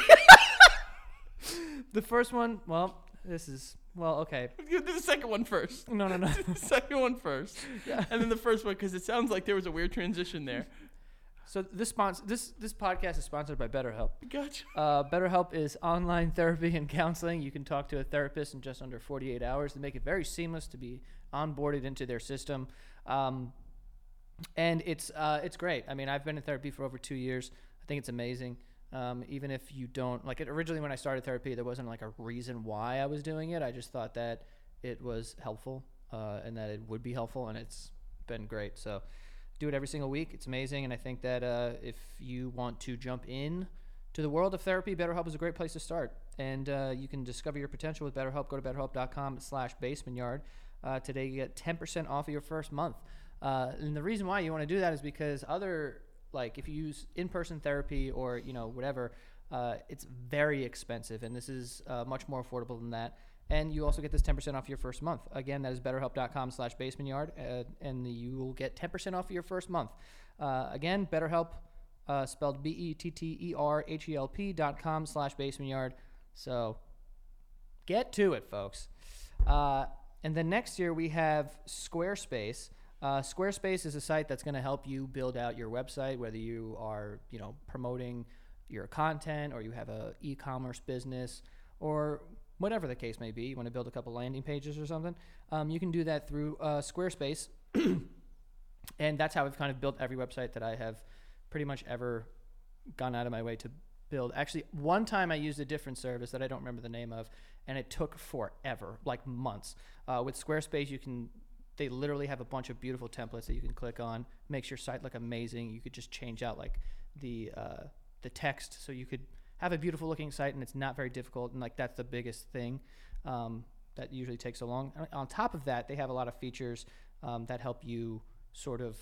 S1: the first one, well, this is well, okay.
S2: You Do the second one first.
S1: No, no, no.
S2: The second one first, and then the first one because it sounds like there was a weird transition there.
S1: So this sponsor, this this podcast is sponsored by BetterHelp.
S2: Gotcha.
S1: Uh, BetterHelp is online therapy and counseling. You can talk to a therapist in just under 48 hours. They make it very seamless to be onboarded into their system, um, and it's uh, it's great. I mean, I've been in therapy for over two years. I think it's amazing. Um, even if you don't like it, originally when I started therapy, there wasn't like a reason why I was doing it. I just thought that it was helpful uh, and that it would be helpful, and it's been great. So do it every single week. It's amazing, and I think that uh, if you want to jump in to the world of therapy, BetterHelp is a great place to start, and uh, you can discover your potential with BetterHelp. Go to BetterHelp.com/basementyard uh, today. You get 10% off of your first month, uh, and the reason why you want to do that is because other like if you use in-person therapy or you know whatever Uh, it's very expensive, and this is uh, much more affordable than that. And you also get this 10% off your first month. Again, that is betterhelp.com slash basementyard, uh, and you will get 10% off your first month. Uh, again, BetterHelp, uh, spelled E B-E-T-T-E-R-H-E-L-P dot com slash basementyard. So get to it, folks. Uh, and then next year we have Squarespace. Uh, Squarespace is a site that's going to help you build out your website, whether you are you know promoting your content or you have a e-commerce business or whatever the case may be. You want to build a couple landing pages or something. Um, you can do that through uh, Squarespace and that's how I've kind of built every website that I have pretty much ever gone out of my way to build. Actually, one time I used a different service that I don't remember the name of, and it took forever, like months. Uh, with Squarespace, you can they literally have a bunch of beautiful templates that you can click on, makes your site look amazing. You could just change out like the uh, the text, so you could have a beautiful looking site, and it's not very difficult. And like that's the biggest thing. Um, that usually takes so long. And On top of that, they have a lot of features um, that help you sort of,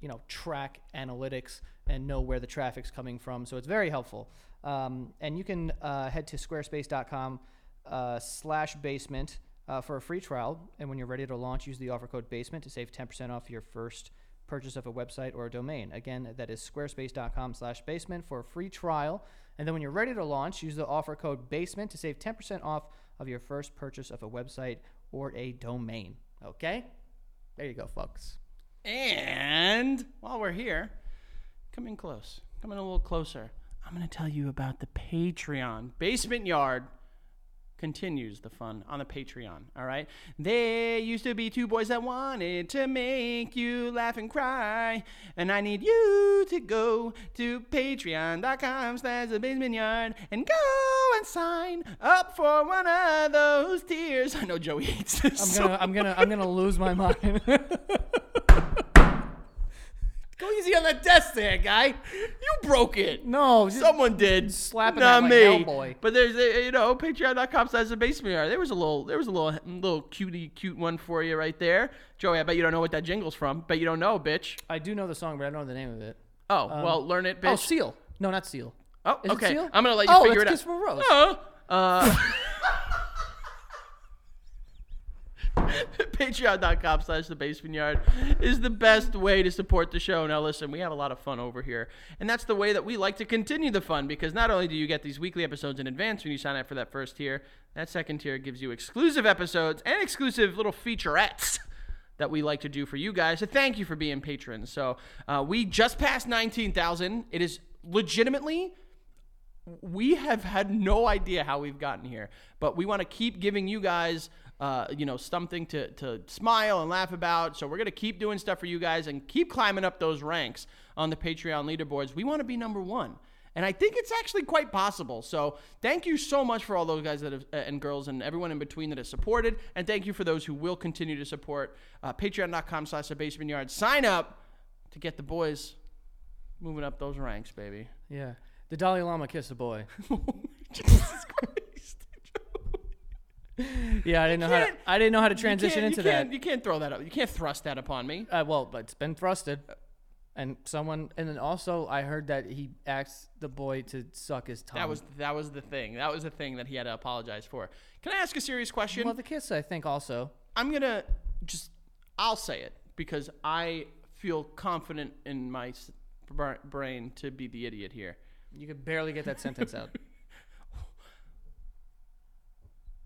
S1: you know, track analytics and know where the traffic's coming from. So it's very helpful. Um, and you can uh, head to squarespace.com uh, slash basement uh, for a free trial. And when you're ready to launch, use the offer code basement to save 10% off your first purchase of a website or a domain. Again, that is squarespace.com slash basement for a free trial. And then when you're ready to launch, use the offer code basement to save 10% off of your first purchase of a website or a domain. Okay? There you go, folks.
S2: And while we're here, come in close. Come in a little closer. I'm going to tell you about the Patreon. Basement Yard continues the fun on the Patreon, all right? There used to be two boys that wanted to make you laugh and cry, and I need you to go to patreon.com slash the basement yard and go and sign up for one of those tiers. I know Joey hates this.
S1: I'm
S2: so
S1: gonna, I'm gonna, I'm gonna lose my mind.
S2: Go easy on that desk there, guy. You broke it.
S1: no, just,
S2: Someone did.
S1: slapping
S2: Not
S1: that like
S2: me.
S1: Hellboy.
S2: But there's, a, you know, patreon.com slash the basement yard. There was a little, there was a little, little cutie, cute one for you right there. Joey, I bet you don't know what that jingle's from. Bet you don't know, bitch.
S1: I do know the song, but I don't know the name of it.
S2: Oh, well, learn it,
S1: Oh,
S2: bitch.
S1: Seal. No, not Seal.
S2: Oh,
S1: Is it
S2: okay.
S1: Seal?
S2: I'm going to let you
S1: Oh, it's
S2: figure it out.
S1: Kiss from a Rose.
S2: Oh. Uh, Patreon.com slash the basement yard is the best way to support the show. Now, listen, we have a lot of fun over here, and that's the way that we like to continue the fun because not only do you get these weekly episodes in advance when you sign up for that first tier, that second tier gives you exclusive episodes and exclusive little featurettes that we like to do for you guys. So thank you for being patrons. So uh, we just passed 19,000. It is legitimately we have had no idea how we've gotten here, but we want to keep giving you guys, uh, you know, something to, to smile and laugh about. So we're going to keep doing stuff for you guys and keep climbing up those ranks on the Patreon leaderboards. We want to be number one. And I think it's actually quite possible. So thank you so much for all those guys that have, uh, and girls and everyone in between that has supported. And thank you for those who will continue to support. Uh, Patreon.com slash the basement yard. Sign up to get the boys moving up those ranks, baby.
S1: Yeah, the Dalai Lama kiss a boy.
S2: Oh, Jesus Christ.
S1: Yeah, I didn't know how to,
S2: can't-
S1: I didn't know how to transition
S2: you can't-
S1: into
S2: you can't,
S1: that.
S2: You can't throw that up. You can't thrust that upon me.
S1: Uh, well, but it's been thrusted, and someone, and then also I heard that he asked the boy to suck his tongue.
S2: That was that was the thing. That was the thing that he had to apologize for. Can I ask a serious question?
S1: well the kiss, I think, also.
S2: I'm gonna just I'll say it because I feel confident in my s- br- brain to be the idiot here.
S1: You could barely get that sentence out.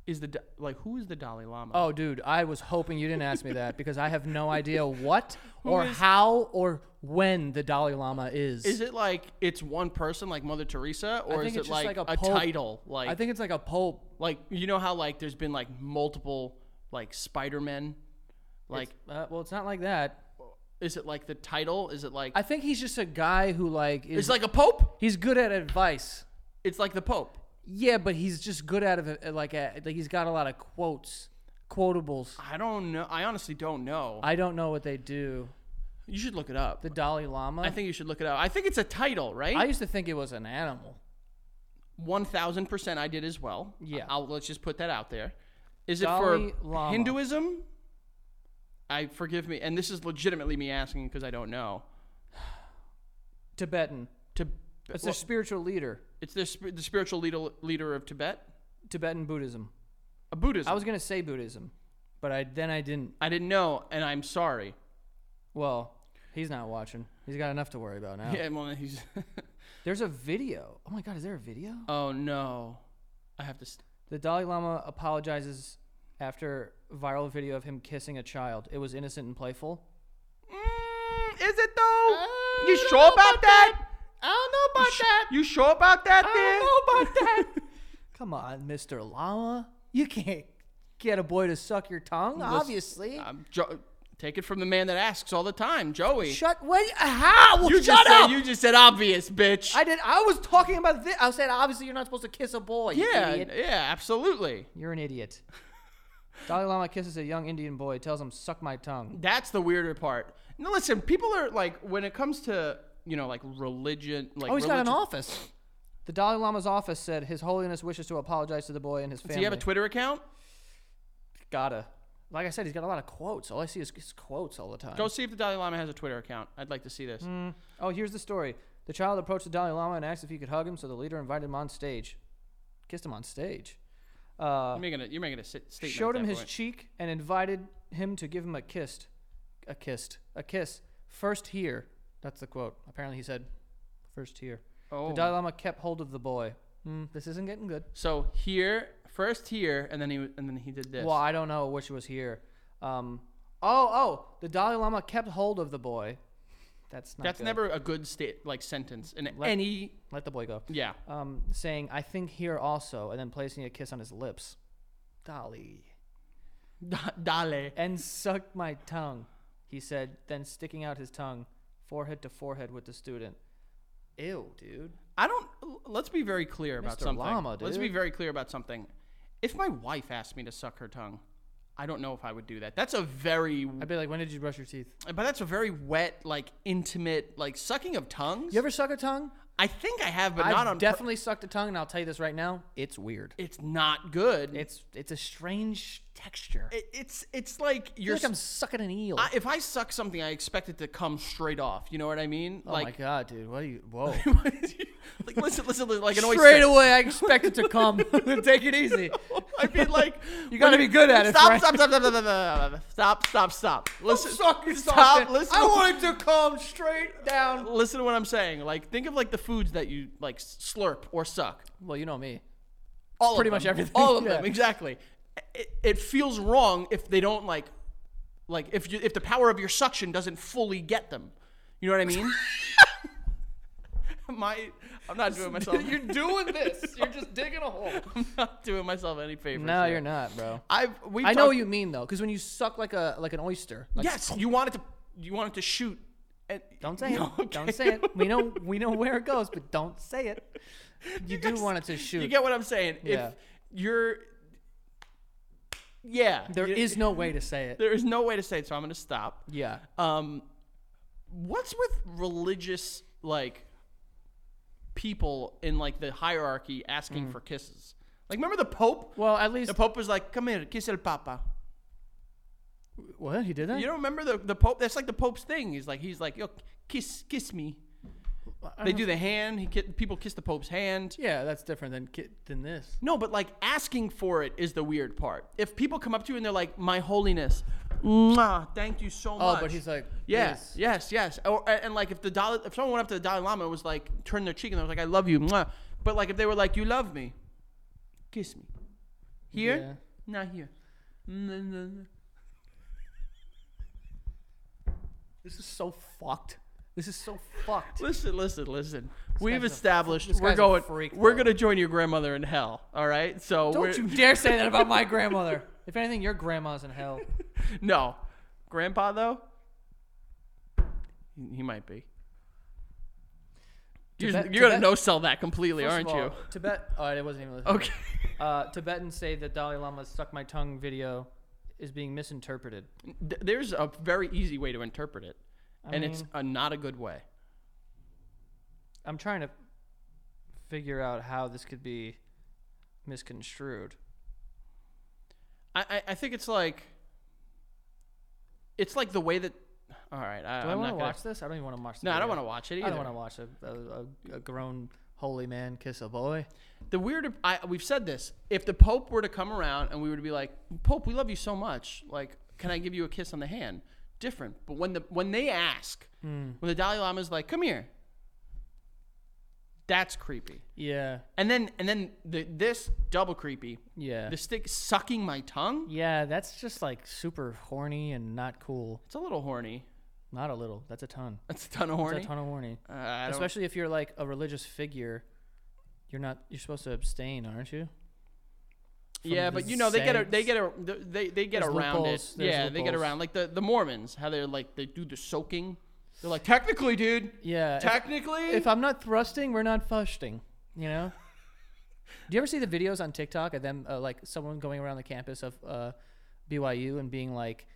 S2: Is the Da- like who is the Dalai Lama?
S1: Oh, dude, I was hoping you didn't ask me that because I have no idea what or
S2: is-
S1: how or when the Dalai Lama is.
S2: Is it like it's one person like Mother Teresa, or
S1: think
S2: is
S1: it's just
S2: it like,
S1: like a
S2: a,
S1: pope.
S2: title? Like
S1: I think it's like a pope.
S2: like you know how like there's been like multiple like Spider Men. Like
S1: Uh, well, it's not like that.
S2: Is it like the title? Is it like
S1: I think he's just a guy who like is
S2: it's like a pope?
S1: he's good at advice.
S2: It's like the pope.
S1: Yeah, but he's just good at it. uh, Like, at, like he's got a lot of quotes, quotables.
S2: I don't know. I honestly don't know.
S1: I don't know what they do.
S2: you should look it up.
S1: The Dalai Lama.
S2: I think you should look it up. I think it's a title,
S1: I
S2: right?
S1: used to think it was an animal.
S2: One thousand percent, I did as well.
S1: Yeah.
S2: I'll, let's just put that out there. Is it
S1: Dalai
S2: for
S1: Lama.
S2: Hinduism? I forgive me, and this is legitimately me asking because I don't know.
S1: Tibetan.
S2: To
S1: It's
S2: well,
S1: their spiritual leader.
S2: It's the, sp- the spiritual leader, leader of Tibet,
S1: Tibetan Buddhism.
S2: a Buddhism.
S1: I was gonna say Buddhism, but I then I didn't.
S2: I didn't know, and I'm sorry.
S1: Well, he's not watching. He's got enough to worry about now.
S2: Yeah, well, he's.
S1: There's a video. Oh my God, is there a video?
S2: oh no, I have to. s
S1: The Dalai Lama apologizes after viral video of him kissing a child. It was innocent and playful.
S2: Mm, is it though?
S1: Oh, I
S2: you
S1: don't
S2: sure
S1: know
S2: about,
S1: about
S2: that?
S1: I don't know
S2: You sh- You sure about that?
S1: I
S2: then?
S1: don't know about that. Come on, Mr. Lama. You can't get a boy to suck your tongue, obviously.
S2: Um, jo- take it from the man that asks all the time, Joey.
S1: Shut. What? How? Well,
S2: you
S1: shut
S2: just
S1: up.
S2: Said, you just said obvious, bitch.
S1: I did. I was talking about this. I said obviously you're not supposed to kiss a boy. you
S2: yeah,
S1: idiot.
S2: yeah, absolutely.
S1: You're an idiot. Dalai Lama kisses a young Indian boy, tells him, suck my tongue.
S2: That's the weirder part. No, listen, people are like when it comes to you know like religion, like
S1: Oh, he's got an
S2: religion-
S1: office. The Dalai Lama's office said His Holiness wishes to apologize to the boy and his family.
S2: Do you have a Twitter account?
S1: Gotta. Like I said, he's got a lot of quotes. All I see is his quotes all the time.
S2: Go see if the Dalai Lama has a Twitter account. I'd like to see this.
S1: Oh, here's the story. The child approached the Dalai Lama and asked if he could hug him, so the leader invited him on stage. Kissed him on stage. Uh,
S2: You're making a, you're making a si- statement.
S1: showed
S2: at
S1: him
S2: that
S1: his
S2: point.
S1: cheek and invited him to give him a kiss. A kiss. A kiss. First here. That's the quote. Apparently he said, first here.
S2: Oh.
S1: The Dalai Lama kept hold of the boy. Hmm, this isn't getting good.
S2: so here, first here, and then he w- and then he did this.
S1: Well, I don't know which was here. Um, oh, oh, the Dalai Lama kept hold of the boy. That's not
S2: That's
S1: good.
S2: never a good state like sentence in
S1: Let-
S2: any.
S1: Let the boy go.
S2: Yeah.
S1: um, saying, I think here also, and then placing a kiss on his lips. Dolly.
S2: Da- Dale.
S1: And sucked my tongue, he said, then sticking out his tongue, forehead to forehead with the student. Ew, dude.
S2: I don't. Let's be very clear about
S1: Mr.
S2: something.
S1: Llama,
S2: Let's be
S1: dude.
S2: very clear about something. If my wife asked me to suck her tongue, I don't know if I would do that. That's a very,
S1: I'd be like, when did you brush your teeth?
S2: but that's a very wet, like intimate, like sucking of tongues.
S1: You ever suck a tongue?
S2: I think I have, but
S1: I've
S2: not on. pur-
S1: definitely sucked a tongue, and I'll tell you this right now, it's weird.
S2: it's not good.
S1: It's it's a strange texture.
S2: It- it's it's like
S1: I feel
S2: you're.
S1: like I'm sucking an eel.
S2: I, if I suck something, I expect it to come straight off. You know what I mean?
S1: oh my
S2: like,
S1: god, dude! What are you? Whoa!
S2: like listen, listen, listen, like an oyster.
S1: Straight away, I expect it to come. Take it easy.
S2: I mean, like
S1: You gotta be good at it,
S2: Stop,
S1: Frank.
S2: stop, stop, stop, stop, stop, stop, stop, stop, stop. Listen, stop.
S1: Stop!
S2: Listen,
S1: I want it to come straight down.
S2: listen to what I'm saying. Like, think of like the foods that you like slurp or suck.
S1: Well, you know me.
S2: All of
S1: Pretty
S2: them.
S1: much everything,
S2: All of
S1: yeah.
S2: them, exactly. It, it feels wrong if they don't like, like if you, if the power of your suction doesn't fully get them. You know what I mean? My, I'm not doing myself.
S1: You're doing this. You're just digging a hole.
S2: I'm not doing myself any favors.
S1: No,
S2: here.
S1: you're not, bro.
S2: I've. We.
S1: I know what you mean though, because when you suck like a like an oyster. Like,
S2: Yes, you want it to. You want it to shoot. And,
S1: Don't say
S2: No,
S1: it.
S2: okay.
S1: Don't say it. We know we know where it goes, but don't say it. You, do
S2: guys-
S1: want it to shoot.
S2: You get what I'm saying?
S1: Yeah.
S2: If you're, yeah,
S1: there
S2: you-
S1: is no way to say it.
S2: there is no way to say it, so I'm gonna stop.
S1: Yeah.
S2: Um, what's with religious like people in like the hierarchy asking for kisses? Like, remember the Pope?
S1: Mm. Well, at least
S2: The Pope was like, "Come here, kiss el Papa."
S1: what he did that.
S2: You don't remember the the Pope? That's like the Pope's thing. He's like, he's like, "Yo, kiss, kiss me." They
S1: Uh-huh.
S2: do the hand. He ki- people kiss the Pope's hand.
S1: yeah, that's different than ki- than this.
S2: No, but like asking for it is the weird part. If people come up to you and they're like, "My holiness, mwah, thank you so
S1: Oh,
S2: much."
S1: but he's like,
S2: Yes,
S1: this.
S2: yes, yes. Or, and like if the Dalai, if someone went up to the Dalai Lama and was like, turned their cheek and they was like, "I love you," mwah. but like if they were like, "You love me," kiss me. Here,
S1: Yeah.
S2: not here. No, no, no.
S1: This is so fucked. This is so fucked.
S2: Listen, listen, listen. We've
S1: guy's a-
S2: established
S1: this
S2: we're
S1: guy's a
S2: going.
S1: freak,
S2: we're
S1: though.
S2: gonna join your grandmother in hell. All right. So we're,
S1: Don't you dare say that about my grandmother. If anything, your grandma's in hell.
S2: No. Grandpa, though? He he might be. You're,
S1: Tibet-
S2: you're going
S1: Tibet-
S2: to no sell that completely,
S1: First
S2: aren't
S1: of all,
S2: you?
S1: Tibet. All right, it wasn't even. Listening.
S2: Okay.
S1: Uh, Tibetans say that Dalai Lama's "suck my tongue" video is being misinterpreted.
S2: Th- There's a very easy way to interpret it, and it's a, not a good way.
S1: I'm trying to figure out how this could be misconstrued.
S2: I, I, I think it's like. It's like the way that. All right. I,
S1: Do i want
S2: I'm not
S1: to
S2: gonna,
S1: watch this? I don't even want to watch. the
S2: No, I
S1: video.
S2: don't want to watch it either.
S1: I don't want to watch a, a, a, a grown Holy man, kiss a boy.
S2: The weird, I, we've said this. If the Pope were to come around and we were to be like, Pope, we love you so much. Like, can I give you a kiss on the hand? Different. But when the when they ask,
S1: Hmm.
S2: when the Dalai Lama is like, come here, that's creepy.
S1: Yeah.
S2: And then and then the, this double creepy.
S1: Yeah.
S2: The stick sucking my tongue.
S1: Yeah, that's just like super horny and not cool.
S2: It's a little horny.
S1: Not a little. That's a ton.
S2: That's a ton of horny.
S1: That's a ton of horny.
S2: Uh, I don't-
S1: Especially if you're like a religious figure, you're not. You're supposed to abstain, aren't you? from
S2: yeah,
S1: the
S2: but you know they get a, they
S1: saints.
S2: get a, they they get
S1: There's
S2: around
S1: loopholes.
S2: it.
S1: There's
S2: yeah, they get
S1: loopholes.
S2: around like the the Mormons how they're like they do the soaking. They're like technically, dude.
S1: Yeah. if-
S2: Technically,
S1: if I'm not thrusting, we're not fusting. You know. Do you ever see the videos on TikTok of them uh, like someone going around the campus of uh, BYU and being like,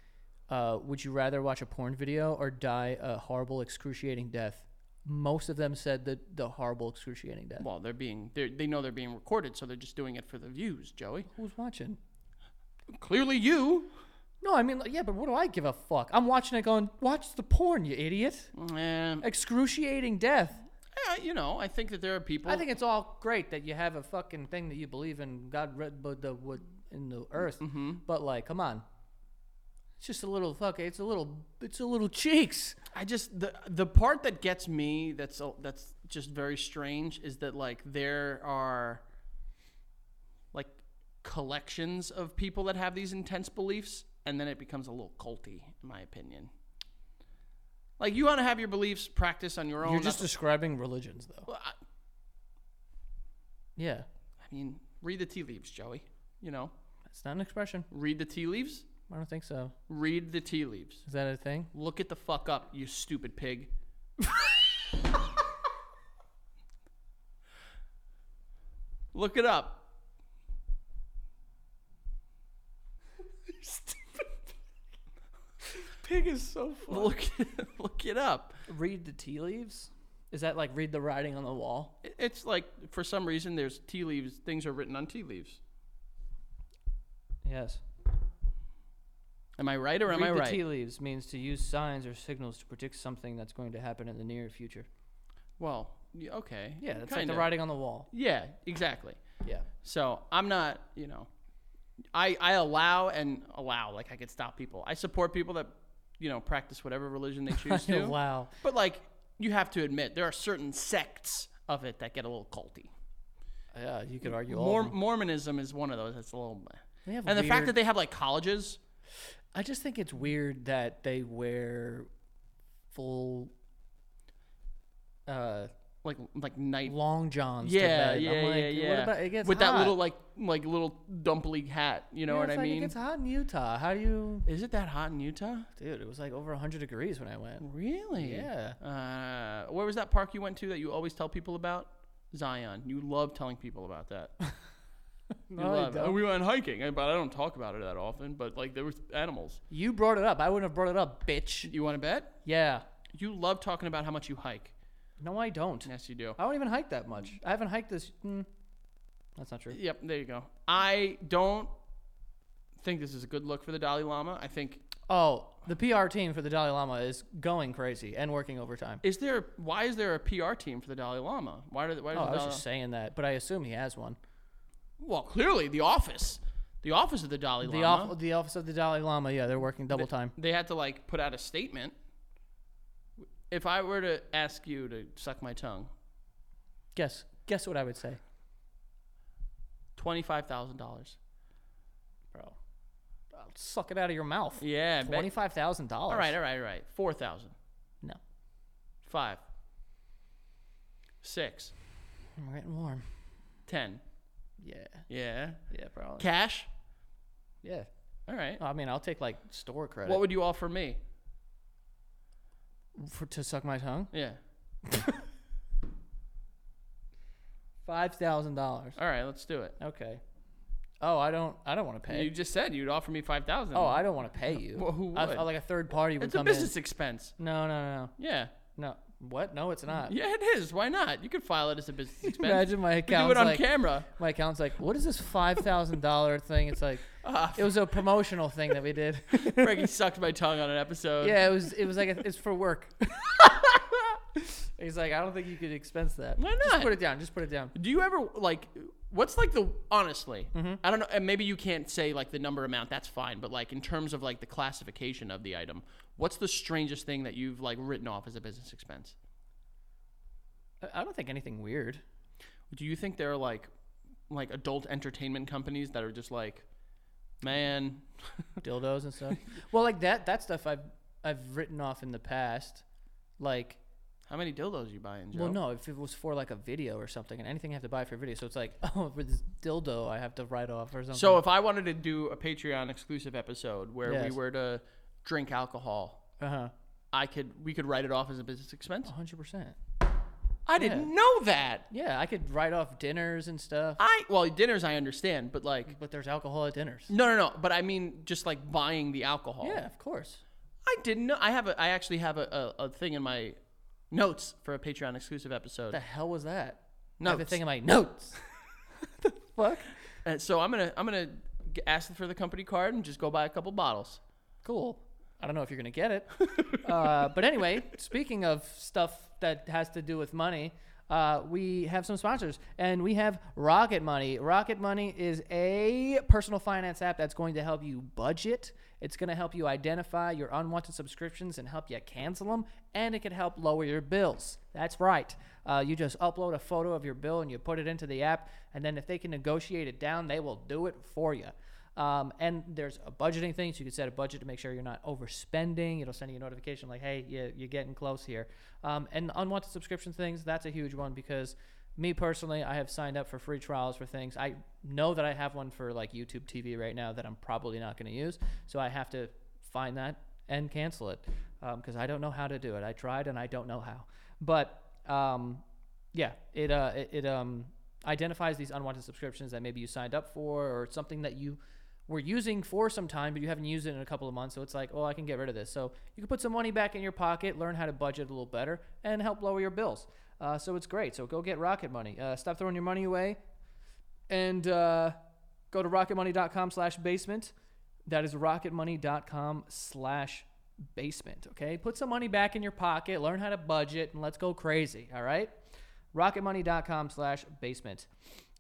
S1: uh, "Would you rather watch a porn video or die a horrible, excruciating death?" Most of them said the the horrible, excruciating death.
S2: well, they're being they they know they're being recorded, so they're just doing it for the views, Joey.
S1: Who's watching?
S2: Clearly, you.
S1: No, I mean, like, yeah, but what do I give a fuck? I'm watching it going, watch the porn, you idiot.
S2: Eh,
S1: Excruciating death.
S2: eh, you know, I think that there are people.
S1: I think it's all great that you have a fucking thing that you believe in, God, red, but the wood in the earth.
S2: Mm-hmm.
S1: But like, come on, it's just a little fuck. It's a little, it's a little cheeks.
S2: I just the the part that gets me that's a- that's just very strange is that like there are like collections of people that have these intense beliefs and then it becomes a little culty in my opinion. Like you want to have your beliefs practice on your own.
S1: You're just
S2: that's-
S1: describing religions, though.
S2: I
S1: Yeah,
S2: I mean, read the tea leaves, Joey. You know,
S1: it's not an expression.
S2: read the tea leaves.
S1: I don't think so.
S2: Read the tea leaves.
S1: Is that a thing?
S2: Look at the fuck up, you stupid pig. Look it up.
S1: Pig is so funny.
S2: Look, look it up.
S1: Read the tea leaves. Is that like read the writing on the wall?
S2: It- It's like for some reason there's tea leaves. Things are written on tea leaves.
S1: Yes.
S2: Am I right or am
S1: Read
S2: I
S1: the
S2: right?
S1: tea leaves means to use signs or signals to predict something that's going to happen in the near future.
S2: well, y- okay.
S1: Yeah, that's like
S2: kinda.
S1: the writing on the wall.
S2: Yeah, exactly.
S1: Yeah.
S2: So I'm not, you know, I I allow and allow. Like I could stop people. I support people that, you know, practice whatever religion they choose to.
S1: wow.
S2: But like, you have to admit there are certain sects of it that get a little culty.
S1: Yeah, you could argue all.
S2: Mor-
S1: of them.
S2: Mormonism is one of those that's a little. bleh.
S1: They have
S2: and the fact
S1: weird-
S2: that they have like colleges,
S1: I just think it's weird that they wear full, uh,
S2: like like night.
S1: long johns. to
S2: yeah,
S1: bed.
S2: yeah,
S1: I'm like,
S2: yeah, yeah.
S1: What about it gets
S2: With
S1: hot.
S2: that little like like little dumpling hat, you know
S1: Yeah,
S2: what
S1: it's
S2: I
S1: like It
S2: mean?
S1: gets hot in Utah. How do you,
S2: Is it that hot in Utah?
S1: dude? It was like over hundred degrees when I went.
S2: Really?
S1: Yeah.
S2: Uh, where was that park you went to that you always tell people about? Zion. You love telling people about that. You
S1: I
S2: love it.
S1: don't.
S2: We went hiking, I- but I don't talk about it that often. But like, there was animals.
S1: You brought it up. I wouldn't have brought it up, bitch.
S2: You want to bet?
S1: Yeah.
S2: You love talking about how much you hike.
S1: No, I don't.
S2: Yes, you do.
S1: I don't even hike that much. I haven't hiked this. Mm, that's not true.
S2: Yep, there you go. I don't think this is a good look for the Dalai Lama. I think
S1: Oh, the PR team for the Dalai Lama is going crazy and working overtime.
S2: is there why is there a PR team for the Dalai Lama? Why do why
S1: Oh, I
S2: does the
S1: was
S2: Dalai
S1: just saying that, but I assume he has one.
S2: Well, clearly the office, the office of the Dalai
S1: The,
S2: Lama.
S1: off, the office of the Dalai Lama, yeah, they're working double time.
S2: they had to like put out a statement. If I were to ask you to suck my tongue,
S1: Guess, guess what I would say,
S2: twenty five thousand dollars.
S1: bro? I'll suck it out of your mouth.
S2: Yeah, bet-
S1: twenty-five thousand dollars.
S2: All right, all right, all right. Four thousand.
S1: No,
S2: Five. Six.
S1: I'm getting warm.
S2: Ten.
S1: Yeah,
S2: Yeah.
S1: yeah, probably.
S2: Cash.
S1: yeah,
S2: All right.
S1: I mean, I'll take like store credit
S2: What would you offer me?
S1: for, to suck my tongue.
S2: Yeah.
S1: Five thousand dollars.
S2: All right, let's do it.
S1: Okay. Oh, I don't, I don't want to pay.
S2: You just said you'd offer me five thousand.
S1: oh, I don't want to pay you.
S2: Well, who
S1: I,
S2: would?
S1: I- like a third party would
S2: it's a
S1: come
S2: business expense.
S1: in. No, no, no,
S2: Yeah.
S1: no. No. What? No, it's not.
S2: Yeah, it is. Why not? You could file it as a business expense.
S1: Imagine my
S2: We Do it
S1: account's
S2: on
S1: like-
S2: camera.
S1: My account's like, what is this five thousand dollar thing? It's like,
S2: Ah.
S1: it was a promotional thing that we did.
S2: Frankie sucked my tongue on an episode.
S1: yeah, it was. It was like a, it's for work. He's like, I don't think you could expense that.
S2: Why
S1: Just
S2: not?
S1: put it down. Just put it down.
S2: Do you ever like what's like the honestly?
S1: Mm-hmm.
S2: I don't know. and Maybe you can't say like the number amount. That's fine. But like in terms of like the classification of the item, what's the strangest thing that you've like written off as a business expense?
S1: I- I don't think anything weird.
S2: Do you think there are like like adult entertainment companies that are just like, man,
S1: dildos and stuff. well, like that that stuff I've I've written off in the past. Like,
S2: how many dildos are you buying, Joe?
S1: well, no, if it was for like a video or something, and anything I have to buy for a video, so it's like, oh, for this dildo, I have to write off or something.
S2: So if I wanted to do a Patreon exclusive episode where
S1: Yes.
S2: we were to drink alcohol,
S1: uh huh,
S2: I could we could write it off as a business expense.
S1: hundred percent. Oh,
S2: I didn't know that.
S1: Yeah, I could write off dinners and stuff,
S2: I well dinners I understand, but like
S1: but there's alcohol at dinners.
S2: No, no, no. But I mean, just like buying the alcohol.
S1: Yeah, of course.
S2: I didn't know. I have a. I actually have a, a, a thing in my notes for a Patreon exclusive episode.
S1: The hell was that? I have a
S2: Notes.
S1: thing in my notes. the fuck?
S2: Uh, so I'm gonna I'm gonna g- ask for the company card and just go buy a couple bottles.
S1: Cool. I don't know if you're gonna get it, uh, but anyway, speaking of stuff that has to do with money, uh, we have some sponsors, and we have Rocket Money. Rocket Money is a personal finance app that's going to help you budget. It's going to help you identify your unwanted subscriptions and help you cancel them, and it can help lower your bills. That's right. Uh, you just upload a photo of your bill and you put it into the app, and then if they can negotiate it down, they will do it for you. Um, and there's a budgeting thing, so you can set a budget to make sure you're not overspending. It'll send you a notification like, "Hey, you, you're getting close here." Um, and unwanted subscription things, that's a huge one because me personally, I have signed up for free trials for things. I know that I have one for like YouTube TV right now that I'm probably not going to use, so I have to find that and cancel it because I don't know how to do it. I tried and I don't know how. But um, yeah, it uh, it, it um identifies these unwanted subscriptions that maybe you signed up for or something that you were using for some time, but you haven't used it in a couple of months. So it's like, oh, I can get rid of this. So you can put some money back in your pocket, learn how to budget a little better, and help lower your bills. Uh, so it's great. So go get Rocket Money. Uh, stop throwing your money away and uh, go to rocketmoney.com slash basement that is rocketmoney.com slash basement okay put some money back in your pocket learn how to budget and let's go crazy all right rocketmoney.com slash basement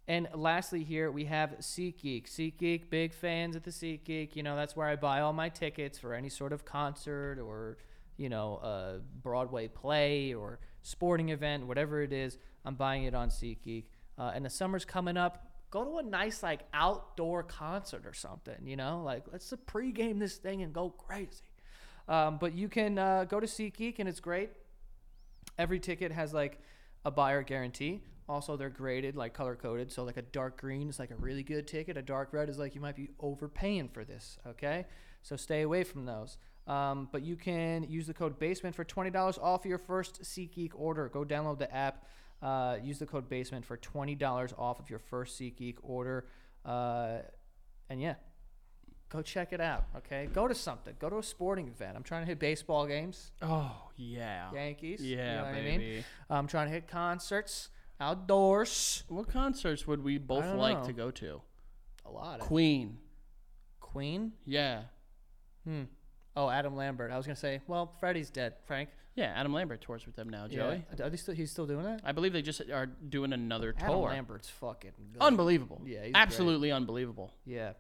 S1: and lastly here we have SeatGeek. SeatGeek, big fans of the SeatGeek. You know, that's where I buy all my tickets for any sort of concert or, you know, uh, Broadway play or sporting event, whatever it is. I'm buying it on SeatGeek. Uh, and the summer's coming up. Go to a nice like outdoor concert or something. You know, like let's pregame this thing and go crazy. Um, but you can uh, go to SeatGeek and it's great every ticket has like a buyer guarantee. Also, they're graded like color coded. So, like a dark green is like a really good ticket. A dark red is like you might be overpaying for this. Okay, so stay away from those. Um, but you can use the code basement for twenty dollars off your first SeatGeek order. Go download the app. Uh, use the code basement for twenty dollars off of your first SeatGeek order. Uh, and yeah, go check it out. Okay, go to something. Go to a sporting event. I'm trying to hit baseball games.
S2: Oh yeah.
S1: Yankees. you
S2: Yeah,
S1: know what I mean?
S2: baby.
S1: I'm trying to hit concerts outdoors.
S2: What concerts would we both
S1: don't
S2: like
S1: know.
S2: to go to?
S1: A lot. Of
S2: Queen.
S1: Queen.
S2: Yeah.
S1: Oh, Adam Lambert. I was gonna say, well, Freddie's dead. Frank.
S2: Yeah. Adam Lambert tours with them now, Joey.
S1: Yeah. Are they still, he's still doing that.
S2: I believe they just are doing another
S1: Adam
S2: tour. Oh,
S1: Lambert's fucking. Good.
S2: Unbelievable.
S1: Yeah, he's great.
S2: Absolutely unbelievable.
S1: Yeah.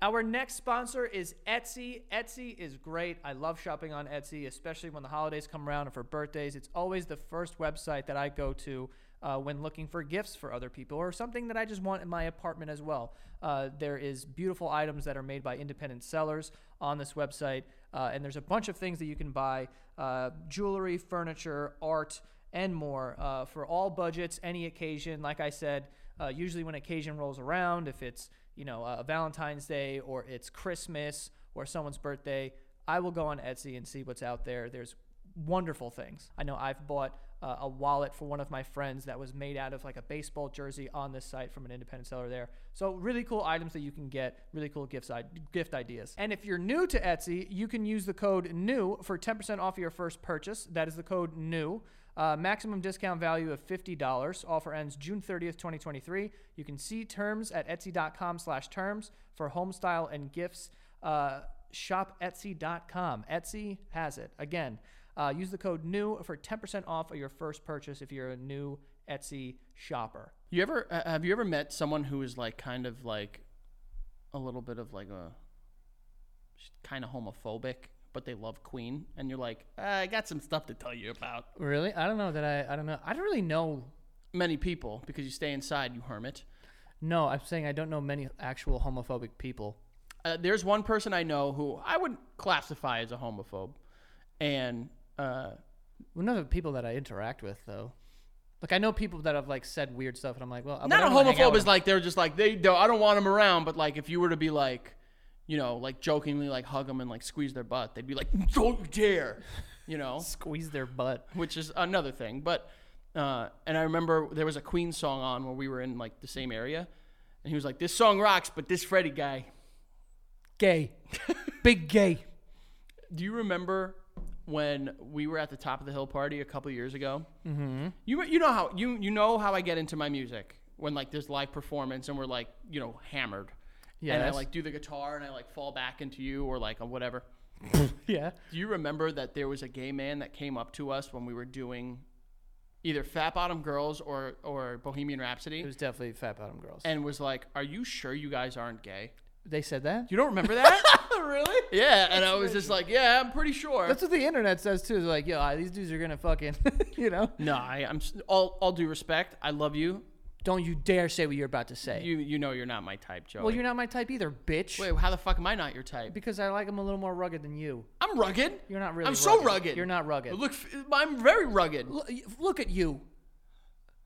S1: Our next sponsor is Etsy. Etsy is great. I love shopping on Etsy, especially when the holidays come around and for birthdays. It's always the first website that I go to uh, when looking for gifts for other people or something that I just want in my apartment as well. Uh, there is beautiful items that are made by independent sellers on this website, uh, and there's a bunch of things that you can buy: uh, jewelry, furniture, art, and more uh, for all budgets, any occasion. Like I said, uh, usually when occasion rolls around, if it's you know uh, Valentine's Day or it's Christmas or someone's birthday, I will go on Etsy and see what's out there. There's wonderful things. I know I've bought uh, a wallet for one of my friends that was made out of like a baseball jersey on this site from an independent seller there. So really cool items that you can get, really cool gifts I- gift ideas. And if you're new to Etsy, you can use the code new for 10% off your first purchase. That is the code new. Uh, maximum discount value of $50. Offer ends June 30th, 2023. You can see terms at etsy.com slash terms for home style and gifts. Uh, shop etsy.com. Etsy has it. Again, Uh, use the code new for 10% off of your first purchase if you're a new Etsy shopper.
S2: You ever uh, have you ever met someone who is like kind of like a little bit of like a kind of homophobic, but they love Queen, and you're like, "Uh, I got some stuff to tell you about
S1: Really? I don't know that I. I don't know. I don't really know.
S2: many people because you stay inside, you hermit.
S1: No, I'm saying I don't know many actual homophobic people.
S2: Uh, there's one person I know who I would classify as a homophobe, and uh,
S1: Well, none of the people that I interact with though. Like I know people that have like said weird stuff, and I'm like, well, but
S2: not
S1: I
S2: a
S1: don't wanna hang out
S2: homophobe
S1: with
S2: is like they're just like they don't, I don't want them around, but like if you were to be like, you know, like jokingly like hug them and like squeeze their butt, they'd be like, don't you dare, you know,
S1: them. squeeze their butt.
S2: which is another thing. But uh, and I remember there was a Queen song on where we were in like the same area, and he was like, this song rocks, but this Freddie guy.
S1: Gay, big gay.
S2: Do you remember when we were at the top of the hill party a couple years ago? Mm-hmm. You you know how you you know how I get into my music when like there's live performance and we're like you know hammered. And I
S1: Yes.
S2: like do the guitar and I like fall back into you or like uh, whatever.
S1: Yeah.
S2: Do you remember that there was a gay man that came up to us when we were doing either Fat Bottom Girls or or Bohemian Rhapsody
S1: It was definitely fat bottom girls.
S2: and was like, "Are you sure you guys aren't gay?"
S1: they said that.
S2: You don't remember that?
S1: Oh, really?
S2: yeah, and I was just like, "Yeah, I'm pretty sure."
S1: That's what the internet says too. It's like, yo, ah, these dudes are gonna fucking, you know.
S2: No, I, I'm s- all all due respect. I love you.
S1: Don't you dare say what you're about to say.
S2: You you know you're not my type, Joey.
S1: well, you're not my type either, bitch.
S2: Wait, how the fuck am I not your type?
S1: Because I like them a little more rugged than you.
S2: I'm rugged.
S1: You're not really.
S2: I'm so
S1: rugged.
S2: rugged.
S1: You're not rugged.
S2: Look, f- I'm very rugged.
S1: Look, Uh, look at you.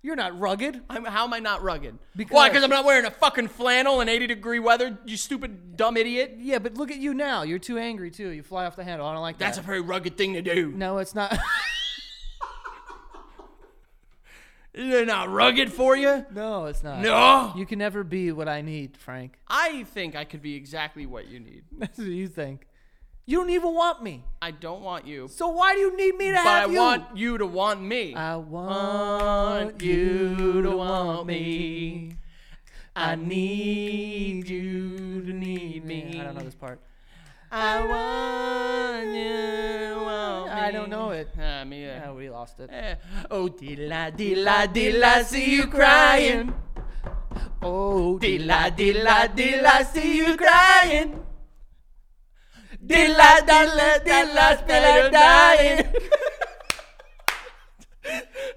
S1: You're not rugged.
S2: I'm, how am I not rugged? Why? Because I'm not wearing a fucking flannel in 80 degree weather. You stupid dumb idiot.
S1: Yeah, but look at you now. You're too angry too. You fly off the handle. I don't like
S2: That's a
S1: that.
S2: very rugged thing to do.
S1: no, it's not.
S2: They're not rugged for you.
S1: no, it's not.
S2: No.
S1: You can never be what I need, Frank.
S2: I think I could be exactly what you need.
S1: That's what you think. You don't even want me.
S2: I don't want you,
S1: So why do you need me to
S2: but I
S1: have you?
S2: want you to want me.
S1: I want you to want me. I need you to need me. I don't know this part.
S2: I want you. Want
S1: I don't know it.
S2: Ah, me either.
S1: Yeah, we lost it.
S2: Eh. Oh, did I, did I, did I see you crying?
S1: Oh,
S2: Did I, did I, did I see you crying? Did I, did I, did I smell you dying?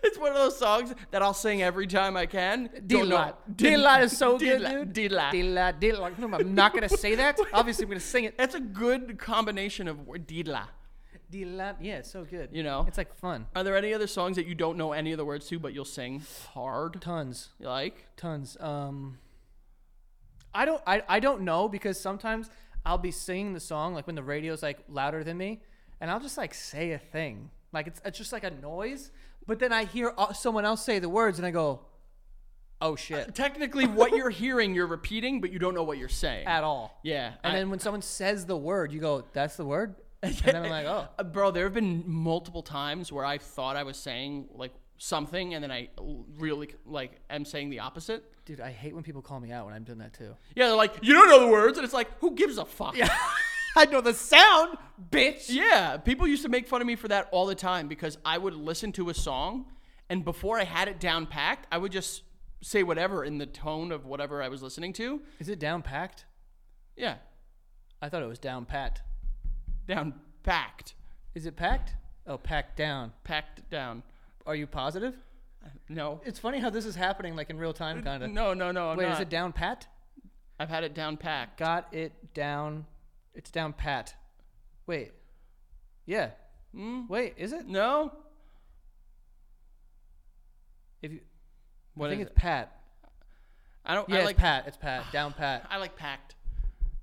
S2: It's one of those songs that I'll sing every time I can. Don't know-
S1: Dilla. Dilla is so good,
S2: Dilla,
S1: dude.
S2: Dilla.
S1: Dilla, Dilla. No, I'm not going to say that. Obviously, I'm going to sing it.
S2: That's a good combination of word Didla.
S1: Dilla. Yeah, it's so good.
S2: You know?
S1: It's like fun.
S2: Are there any other songs that you don't know any of the words to, but you'll sing hard?
S1: Tons.
S2: Like?
S1: tons. Um, I don't, I, I don't know because sometimes I'll be singing the song like when the radio's like louder than me, and I'll just like say a thing, like it's it's just like a noise, but then I hear uh, someone else say the words, and I go, oh shit,
S2: Technically, what you're hearing, you're repeating, but you don't know what you're saying.
S1: at all.
S2: Yeah.
S1: And
S2: I-
S1: then when someone says the word, you go, that's the word, and then I'm like, oh,
S2: Uh, Bro, there have been multiple times where I thought I was saying like something, and then I l- really like am saying the opposite.
S1: dude, I hate when people call me out when I'm doing that too.
S2: Yeah, they're like, you don't know the words, and it's like, who gives a fuck? Yeah.
S1: I know the sound, bitch.
S2: people used to make fun of me for that all the time because I would listen to a song, and before I had it down packed, I would just say whatever in the tone of whatever I was listening to.
S1: Is it down packed?
S2: Yeah,
S1: I thought it was down pat.
S2: down packed,
S1: Is it packed? Oh, packed down.
S2: packed down.
S1: Are you positive?
S2: No,
S1: It's funny how this is happening like in real time, kind of.
S2: no, no, no. I'm
S1: Wait,
S2: not.
S1: is it down pat?
S2: I've had it down packed.
S1: Got it down. It's down pat. Wait. Yeah. Wait, is it?
S2: Hmm? No,
S1: If you,
S2: what
S1: I think
S2: is
S1: it's
S2: it?
S1: pat.
S2: I don't.
S1: Yeah,
S2: I
S1: it's
S2: like
S1: pat. It's pat. Down pat.
S2: I like packed.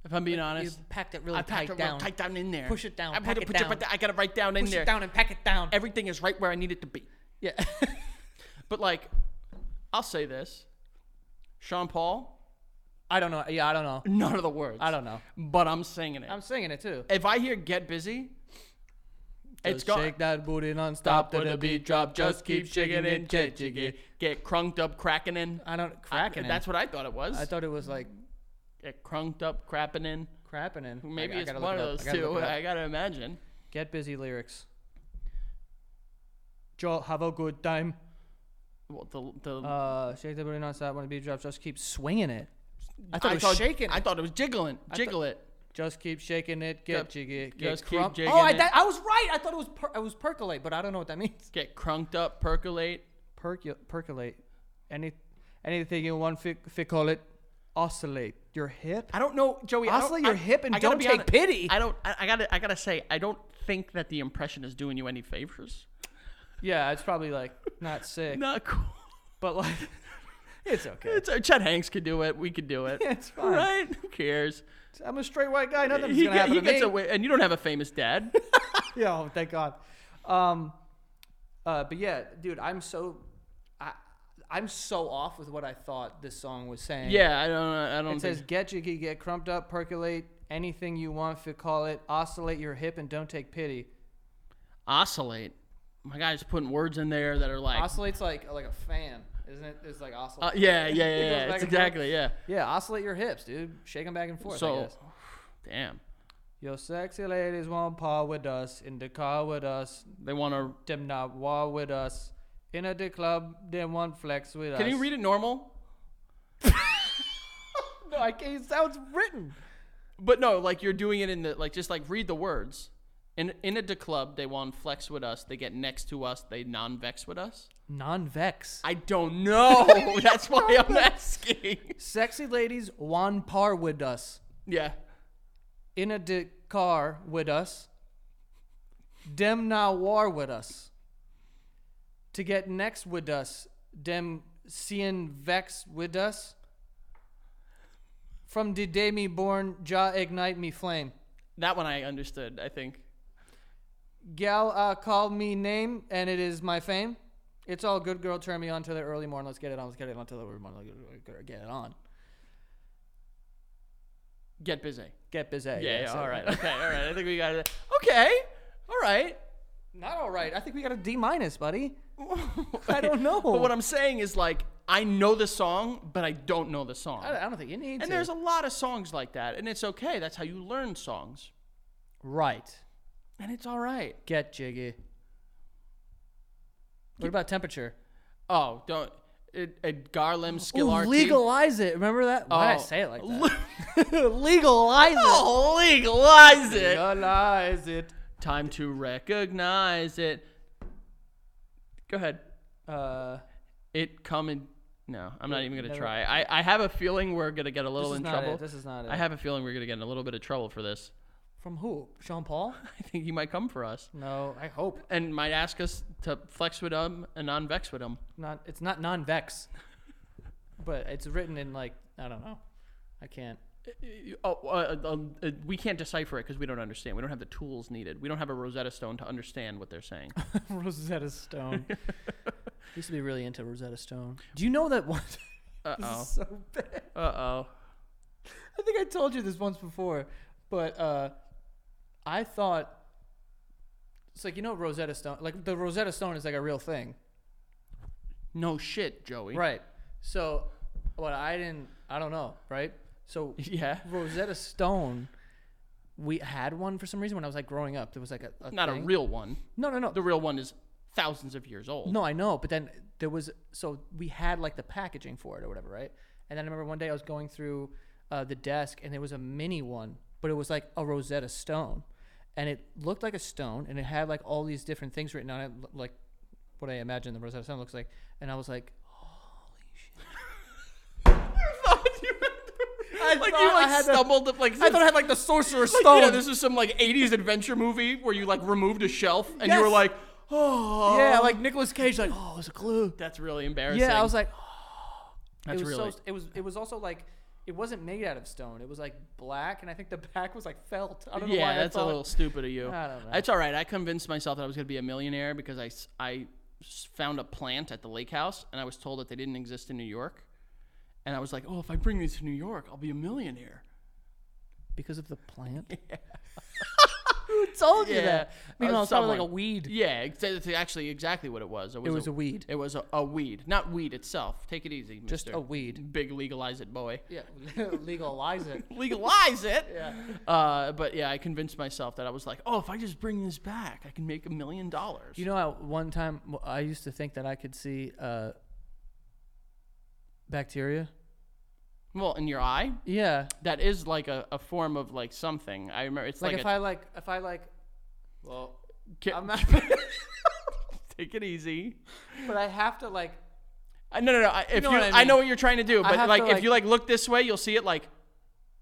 S2: If I'm being
S1: You
S2: honest,
S1: packed it really
S2: I
S1: tight
S2: packed it
S1: down.
S2: real tight down in there.
S1: Push it down,
S2: I
S1: pack
S2: put
S1: it
S2: it, put it,
S1: down.
S2: put it- I got it right down in
S1: Push
S2: there.
S1: it down and pack it down.
S2: Everything is right where I need it to be.
S1: yeah.
S2: But like, I'll say this: Sean Paul,
S1: I don't know. Yeah, I don't know.
S2: none of the words.
S1: I don't know.
S2: But I'm singing it.
S1: I'm singing it too.
S2: if I hear "Get Busy," it's
S1: Just
S2: gone.
S1: Shake that booty
S2: Stop
S1: nonstop to
S2: with
S1: the beat drop. Just keep shaking it.
S2: get jiggy, get crunked up, cracking in.
S1: I don't cracking.
S2: That's what I thought it was.
S1: I thought it was like
S2: get crunked up, crapping in.
S1: crapping in.
S2: Maybe
S1: I, I
S2: it's
S1: gotta
S2: one
S1: look it up.
S2: of
S1: I
S2: those
S1: gotta
S2: two.
S1: look it up.
S2: I gotta imagine.
S1: Get busy lyrics. Joel, have a good time.
S2: Well, the, the,
S1: Uh, shake the booty nonstop. Want to be dropped? Just keep swinging it. I thought it was shaking.
S2: I thought it was jiggling. Jiggle it.
S1: Just keep shaking it.
S2: Yep.
S1: Get jiggy. Get
S2: Just keep
S1: crump-
S2: jigging
S1: Oh, I,
S2: it.
S1: that, I was right. I thought it was per- I was percolate, but I don't know what that means.
S2: Get crunked up, percolate.
S1: Percu- percolate. Any anything you want, fi- ficolate. Oscillate your hip.
S2: I don't know, Oh, Joey. I
S1: Oscillate
S2: don't,
S1: your
S2: I-
S1: hip and
S2: I gotta
S1: don't
S2: be
S1: take
S2: honest-
S1: pity.
S2: I don't. I, I gotta. I gotta say, I don't think that the impression is doing you any favors.
S1: Yeah, it's probably like not sick,
S2: Not cool.
S1: but like it's okay.
S2: It's, uh, Chet Hanks could do it. We could do it.
S1: Yeah, it's fine.
S2: Right? Who cares?
S1: I'm a straight white guy. Nothing's
S2: He,
S1: gonna
S2: get-
S1: happen
S2: he
S1: to
S2: gets
S1: me.
S2: away, and you don't have a famous dad.
S1: Yeah, oh, thank God. Um, uh, but yeah, dude, I'm so I I'm so off with what I thought this song was saying.
S2: yeah, I don't. I don't.
S1: It says
S2: Think,
S1: get jiggy, get crumped up, percolate anything you want, fit call it, oscillate your hip and don't take pity.
S2: oscillate. My guy's putting words in there that are like.
S1: Oscillate's like like a fan, isn't it? It's like
S2: uh,
S1: oscillate.
S2: yeah, yeah, yeah.
S1: It goes
S2: yeah.
S1: back and
S2: It's
S1: forth.
S2: exactly. Yeah.
S1: Yeah, oscillate your hips, dude. Shake them back and forth. I
S2: So,
S1: guess.
S2: damn.
S1: Yo, sexy ladies want paw with us, in the car with us,
S2: They want to.
S1: them not war with us, in a the club, them want flex with us.
S2: Can you read it normal?
S1: No, I can't. It sounds written.
S2: But no, like you're doing it in the like just like read the words. In in a de club, they want flex with us. They get next to us. They non vex with us.
S1: Non-vex.
S2: I don't know. That's why I'm asking.
S1: Sexy ladies wan par with us,
S2: Yeah.
S1: in a de car with us, dem na war with us. To get next with us, dem sien vex with us. From the day me born, ja ignite me flame.
S2: That one I understood. I think.
S1: Gal uh, call me name, and it is my fame. It's all good, girl. Turn me on to the early morn. Let's get it on. Let's get it on to the early morn. Let's get it on.
S2: Get busy.
S1: Get busy.
S2: Yeah. yeah
S1: so-
S2: all right. Okay. All right. I think we got it. Okay. All right.
S1: Not all right. I think we got a D minus, buddy. I don't know.
S2: But what I'm saying is like I know the song, but I don't know the song.
S1: I, I don't think you need
S2: and
S1: to.
S2: there's a lot of songs like that, and it's okay. That's how you learn songs,
S1: right.
S2: and it's all right.
S1: Get jiggy. What about temperature?
S2: Oh, don't. It, it Garlem
S1: Ooh,
S2: Skill Archie.
S1: legalize it. Remember that? Why
S2: Oh.
S1: did I say it like that? legalize it.
S2: Oh, legalize it.
S1: Legalize it.
S2: Time to recognize it. Go ahead.
S1: Uh,
S2: It coming. No, I'm not even gonna try. I, I have a feeling we're gonna get a little
S1: is
S2: in
S1: not
S2: trouble.
S1: it. This is not it.
S2: I have a feeling we're gonna get in a little bit of trouble for this.
S1: from who? Sean Paul?
S2: I think he might come for us
S1: No, I hope
S2: and might ask us to flex with him and non vex with him.
S1: not. It's not non-vex, but it's written in like I don't know. I can't.
S2: Oh, uh, um, uh, we can't decipher it because we don't understand. We don't have the tools needed. We don't have a Rosetta Stone to understand what they're saying.
S1: Rosetta Stone. Used to be really into Rosetta Stone. Do you know that one?
S2: Uh
S1: this
S2: oh.
S1: is so bad.
S2: Uh oh.
S1: I think I told you this once before, but uh, I thought it's like you know Rosetta Stone. Like the Rosetta Stone is like a real thing,
S2: No shit, Joey.
S1: right? So, what I didn't, I don't know, right? So
S2: Yeah.
S1: Rosetta Stone, we had one for some reason when I was like growing up. There was like a, a
S2: Not a
S1: thing.
S2: real one.
S1: no, no, no.
S2: The real one is thousands of years old.
S1: No, I know, but then there was so we had like the packaging for it or whatever, right? And then I remember one day I was going through uh, the desk and there was a mini one, but it was like a Rosetta Stone, and it looked like a stone, and it had like all these different things written on it, l- like what I imagine the Rosetta Stone looks like. And I was like,
S2: I like you
S1: thought
S2: like
S1: I had the-
S2: stumbled up, like
S1: I thought I had like the Sorcerer's
S2: like,
S1: Stone.
S2: yeah, this is some like 80s adventure movie where you like removed a shelf and you were
S1: Yes.
S2: like, oh,
S1: yeah, like Nicolas Cage, like oh, it's a clue.
S2: that's really embarrassing.
S1: Yeah, I was like,
S2: that's
S1: it was
S2: really
S1: so it was it was also like it wasn't made out of stone. It was like black, and I think the back was like felt. I don't know
S2: yeah,
S1: why
S2: that's
S1: I
S2: a
S1: thought,
S2: little stupid of you.
S1: I don't know.
S2: That's all right. I convinced myself that I was gonna be a millionaire because I s- I s- found a plant at the lake house and I was told that they didn't exist in New York, and I was like, oh, if I bring these to New York, I'll be a millionaire.
S1: because of the plant. Who told you
S2: Yeah.
S1: that? Meanwhile,
S2: Of
S1: it's probably like a
S2: someone.
S1: weed.
S2: Yeah, it's, it's actually exactly what it was. It was,
S1: was a weed.
S2: It was a, a weed, not weed itself. Take it easy,
S1: Just
S2: mister.
S1: a weed.
S2: Big legalize it, boy.
S1: Yeah, legalize it.
S2: Legalize it. yeah. Uh, but yeah, I convinced myself that I was like, oh, if I just bring this back, I can make a million dollars.
S1: You know, how one time w- I used to think that I could see uh, bacteria.
S2: well, in your eye,
S1: Yeah,
S2: that is like a, a form of like something. I remember it's
S1: like,
S2: like,
S1: if
S2: a,
S1: I like, if I like, well,
S2: ki-
S1: I'm not,
S2: take it easy.
S1: but I have to like.
S2: I, no, no, no. I, if you
S1: know
S2: I,
S1: what I mean.
S2: know what you're trying to do, but
S1: have
S2: like
S1: to,
S2: if
S1: like-
S2: you like look this way, you'll see it like.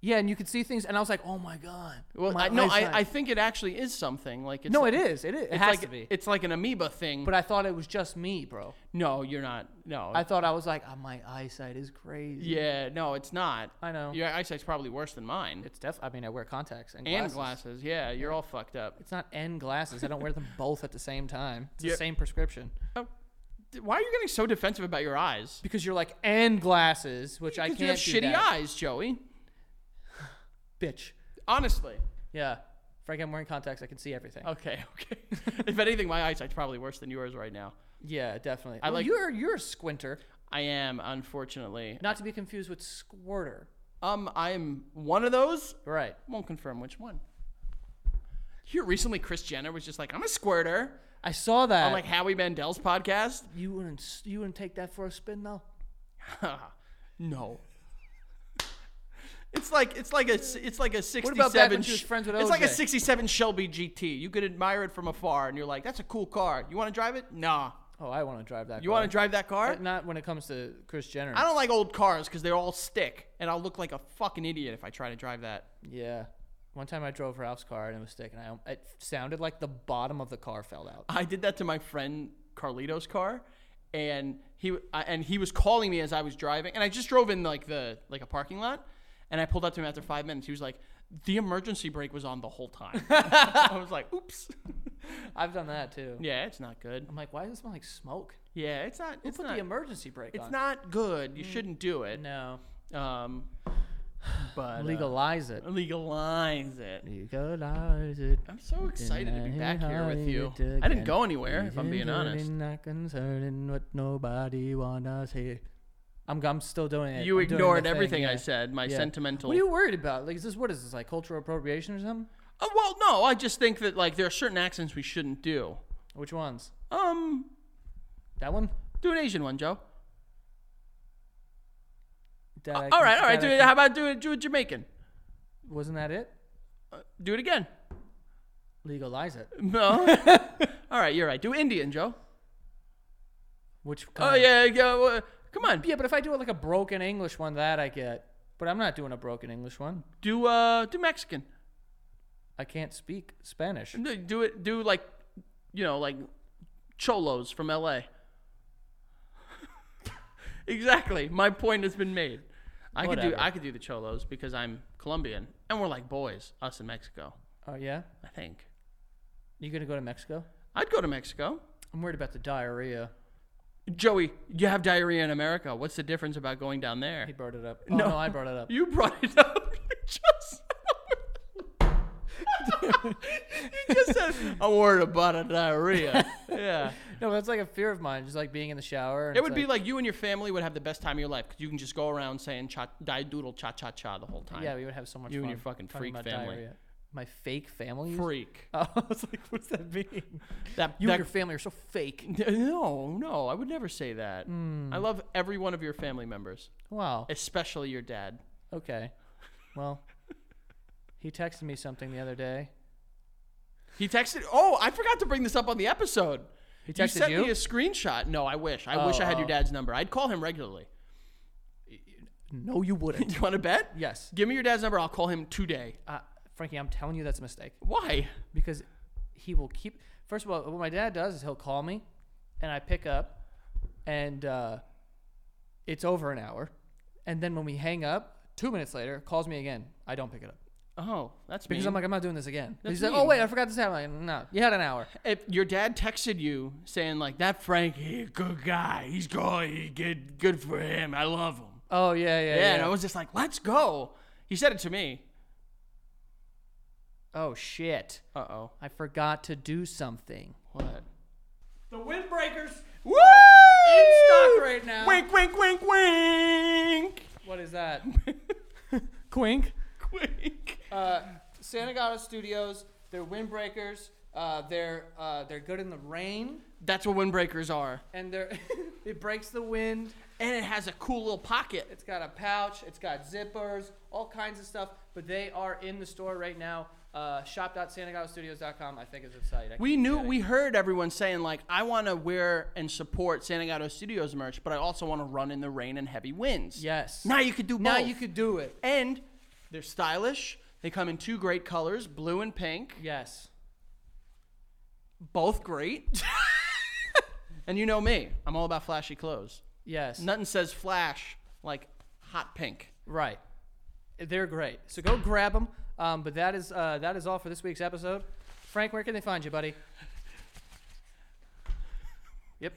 S1: Yeah, and you could see things, and I was like, "Oh my god!"
S2: Well,
S1: my
S2: I, no,
S1: eyesight.
S2: I, I think it actually is something like it's
S1: no,
S2: like-
S1: it is, it is, it
S2: It's
S1: has
S2: like,
S1: to be.
S2: It's like an amoeba thing.
S1: but I thought it was just me, bro.
S2: no, you're not. No.
S1: I thought I was like, oh, "My eyesight is crazy."
S2: yeah, no, it's not.
S1: I know.
S2: Your eyesight's probably worse than mine.
S1: It's def. I mean, I wear contacts and
S2: and
S1: glasses.
S2: glasses. Yeah, you're all fucked up.
S1: It's not and glasses. I don't wear them both at the same time. It's
S2: Yeah.
S1: the same prescription.
S2: Why are you getting so defensive about your eyes?
S1: Because you're like and glasses, which I
S2: Because
S1: can't
S2: you have
S1: do
S2: shitty
S1: that.
S2: eyes, Joey.
S1: Bitch.
S2: Honestly.
S1: Yeah. Frank, I'm wearing contacts. I can see everything.
S2: Okay, okay. if anything, my eyesight's probably worse than yours right now.
S1: Yeah, definitely. I
S2: like-
S1: you're you're a squinter,
S2: I am, unfortunately.
S1: not to be confused with squirter.
S2: Um, I'm one of those.
S1: Right.
S2: Won't confirm which one. Here recently, Chris Jenner was just like, "I'm a squirter."
S1: I saw that.
S2: on like Howie Mandel's podcast.
S1: you wouldn't s- you wouldn't take that for a spin though.
S2: No. It's like it's like a s- it's like a sixty-seven.
S1: about back when
S2: sh-
S1: she was friends with
S2: It's like a
S1: OJ?
S2: sixty-seven Shelby GT. You could admire it from afar, and you're like, "That's a cool car. You want to drive it? Nah.
S1: Oh, I want to drive that.
S2: You want to drive that car?
S1: Not when it comes to Chris Jenner.
S2: I don't like old cars because they all stick, and I'll look like a fucking idiot if I try to drive that.
S1: Yeah. One time I drove Ralph's car and it was stick, and I it sounded like the bottom of the car fell out.
S2: I did that to my friend Carlito's car, and he w- I- and he was calling me as I was driving, and I just drove in like the like a parking lot, and I pulled up to him after five minutes. He was like, "The emergency brake was on the whole time." I was like, "Oops."
S1: I've done that too.
S2: Yeah, it's not good.
S1: I'm like, why does it smell like smoke?
S2: Yeah, it's not. It's
S1: Put
S2: not.
S1: the emergency brake
S2: it's
S1: on.
S2: not good. You shouldn't do it.
S1: no.
S2: Um, but uh,
S1: Legalize it.
S2: legalize it.
S1: Legalize it.
S2: I'm so excited to be back here with you. I didn't go anywhere, if I'm being honest.
S1: Not concerned what nobody want us here. I'm, I'm still doing it.
S2: You
S1: I'm doing
S2: ignored
S1: the thing,
S2: everything I
S1: yeah.
S2: said. My
S1: Yeah.
S2: sentimental.
S1: What are you worried about? Like, is this what is this like cultural appropriation or something?
S2: Uh, well, no, I just think that like there are certain accents we shouldn't do.
S1: Which ones?
S2: Um,
S1: That one?
S2: do an Asian one, Joe.
S1: That I
S2: all
S1: can-
S2: right, all
S1: that
S2: right. Do
S1: I
S2: it.
S1: can-
S2: How about do it? Do a Jamaican. Uh,
S1: Wasn't that it?
S2: Do it again.
S1: Legalize it.
S2: No. all right, you're right. Do Indian, Joe.
S1: Which?
S2: Oh
S1: kind?
S2: yeah, yeah. uh, come on.
S1: Yeah, but if I do it like a broken English one, that I get. But I'm not doing a broken English one.
S2: Do uh, do Mexican.
S1: I can't speak Spanish.
S2: Do- Do it. Do like, you know, like cholos from L.A. exactly. My point has been made. I could do
S1: Whatever.
S2: I could do the cholos because I'm Colombian and we're like boys, us in Mexico.
S1: Oh yeah.
S2: I think.
S1: You gonna go to Mexico?
S2: I'd go to Mexico.
S1: I'm worried about the diarrhea.
S2: Joey, you have diarrhea in America. What's the difference about going down there?
S1: He brought it up. Oh, no, I brought it up.
S2: You brought it up. You just, you just said, I'm worried about a diarrhea. yeah.
S1: No, that's like a fear of mine, just like being in the shower. and
S2: It
S1: it's
S2: would be like you and your family would have the best time of your life because you can just go around saying cha, die doodle cha cha cha the whole time.
S1: yeah, we would have so much
S2: You and
S1: fun.
S2: your fucking
S1: talking
S2: freak
S1: about
S2: family.
S1: diarrhea. My fake family.
S2: Freak.
S1: Oh, I was like, what does that mean?
S2: That,
S1: You
S2: that,
S1: and your family are so fake.
S2: no, no, I would never say that. I love every one of your family members,
S1: Wow.
S2: especially your dad.
S1: Okay. Well, he texted me something the other day.
S2: He texted. Oh, I forgot to bring this up on the episode. He
S1: texted
S2: sent
S1: you? Oh.
S2: me a screenshot. No, I wish. I wish I had your dad's number. I'd call him regularly.
S1: No, you wouldn't.
S2: You want to bet?
S1: yes.
S2: Give me your dad's number. I'll call him today.
S1: Uh, Frankie, I'm telling you that's a mistake
S2: Why?
S1: because he will keep. First of all, what my dad does is he'll call me, and I pick up, and uh, it's over an hour, and then when we hang up, two minutes later, calls me again. I don't pick it up
S2: Oh, that's
S1: because
S2: mean.
S1: I'm like, I'm not doing this again.
S2: That's
S1: He's like, oh
S2: mean.
S1: wait, I forgot this happened. I'm like, no, you had an hour.
S2: if your dad texted you saying like that Frankie, a good guy. He's good. He good. Good for him. I love him.
S1: Oh yeah, yeah,
S2: Yeah,
S1: yeah.
S2: And I was just like, let's go. He said it to me.
S1: Oh shit!
S2: Uh oh.
S1: I forgot to do something.
S2: What?
S1: The windbreakers.
S2: Woo!
S1: In stock right now.
S2: Wink, wink, wink, wink.
S1: What is that? Quink.
S2: Wink.
S1: Uh, Santa Gato Studios. They're windbreakers. Uh, they're uh, they're good in the rain,
S2: That's what windbreakers are.
S1: and they're it breaks the wind.
S2: And it has a cool little pocket.
S1: It's got a pouch. It's got zippers. All kinds of stuff. But they are in the store right now. Uh, shop.santagatostudios.com. I think is the site. I
S2: We
S1: keep
S2: knew,
S1: forgetting.
S2: we heard everyone saying, like, I want to wear and support San Gato Studios merch, but I also want to run in the rain and heavy winds.
S1: Yes.
S2: Now you could do both.
S1: Now you could do it.
S2: And they're stylish. They come in two great colors, blue and pink.
S1: Yes.
S2: Both great. and you know me, I'm all about flashy clothes.
S1: Yes.
S2: Nothing says flash like hot pink.
S1: Right. They're great. So go grab them. Um, but that is uh, that is all for this week's episode. Frank, where can they find you, buddy? Yep.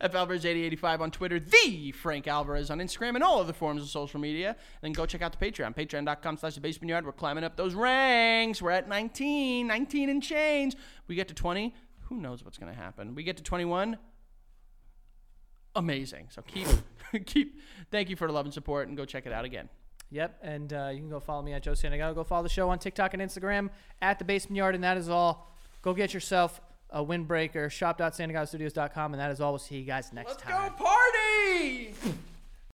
S2: F Alvarez 8085 on Twitter, the Frank Alvarez on Instagram, and all other forms of social media. Then go check out the Patreon, patreon.com slash the basement yard. We're climbing up those ranks. We're at 19, 19 and change. We get to 20. Who knows what's going to happen? We get to 21. Amazing. So keep, keep, thank you for the love and support, and go check it out again.
S1: Yep. And uh, you can go follow me at Joe Sanagato. Go follow the show on TikTok and Instagram at the Basement Yard. And that is all. Go get yourself a windbreaker. Shop.sanagatostudios.com. And that is all. We'll see you guys next time.
S2: party!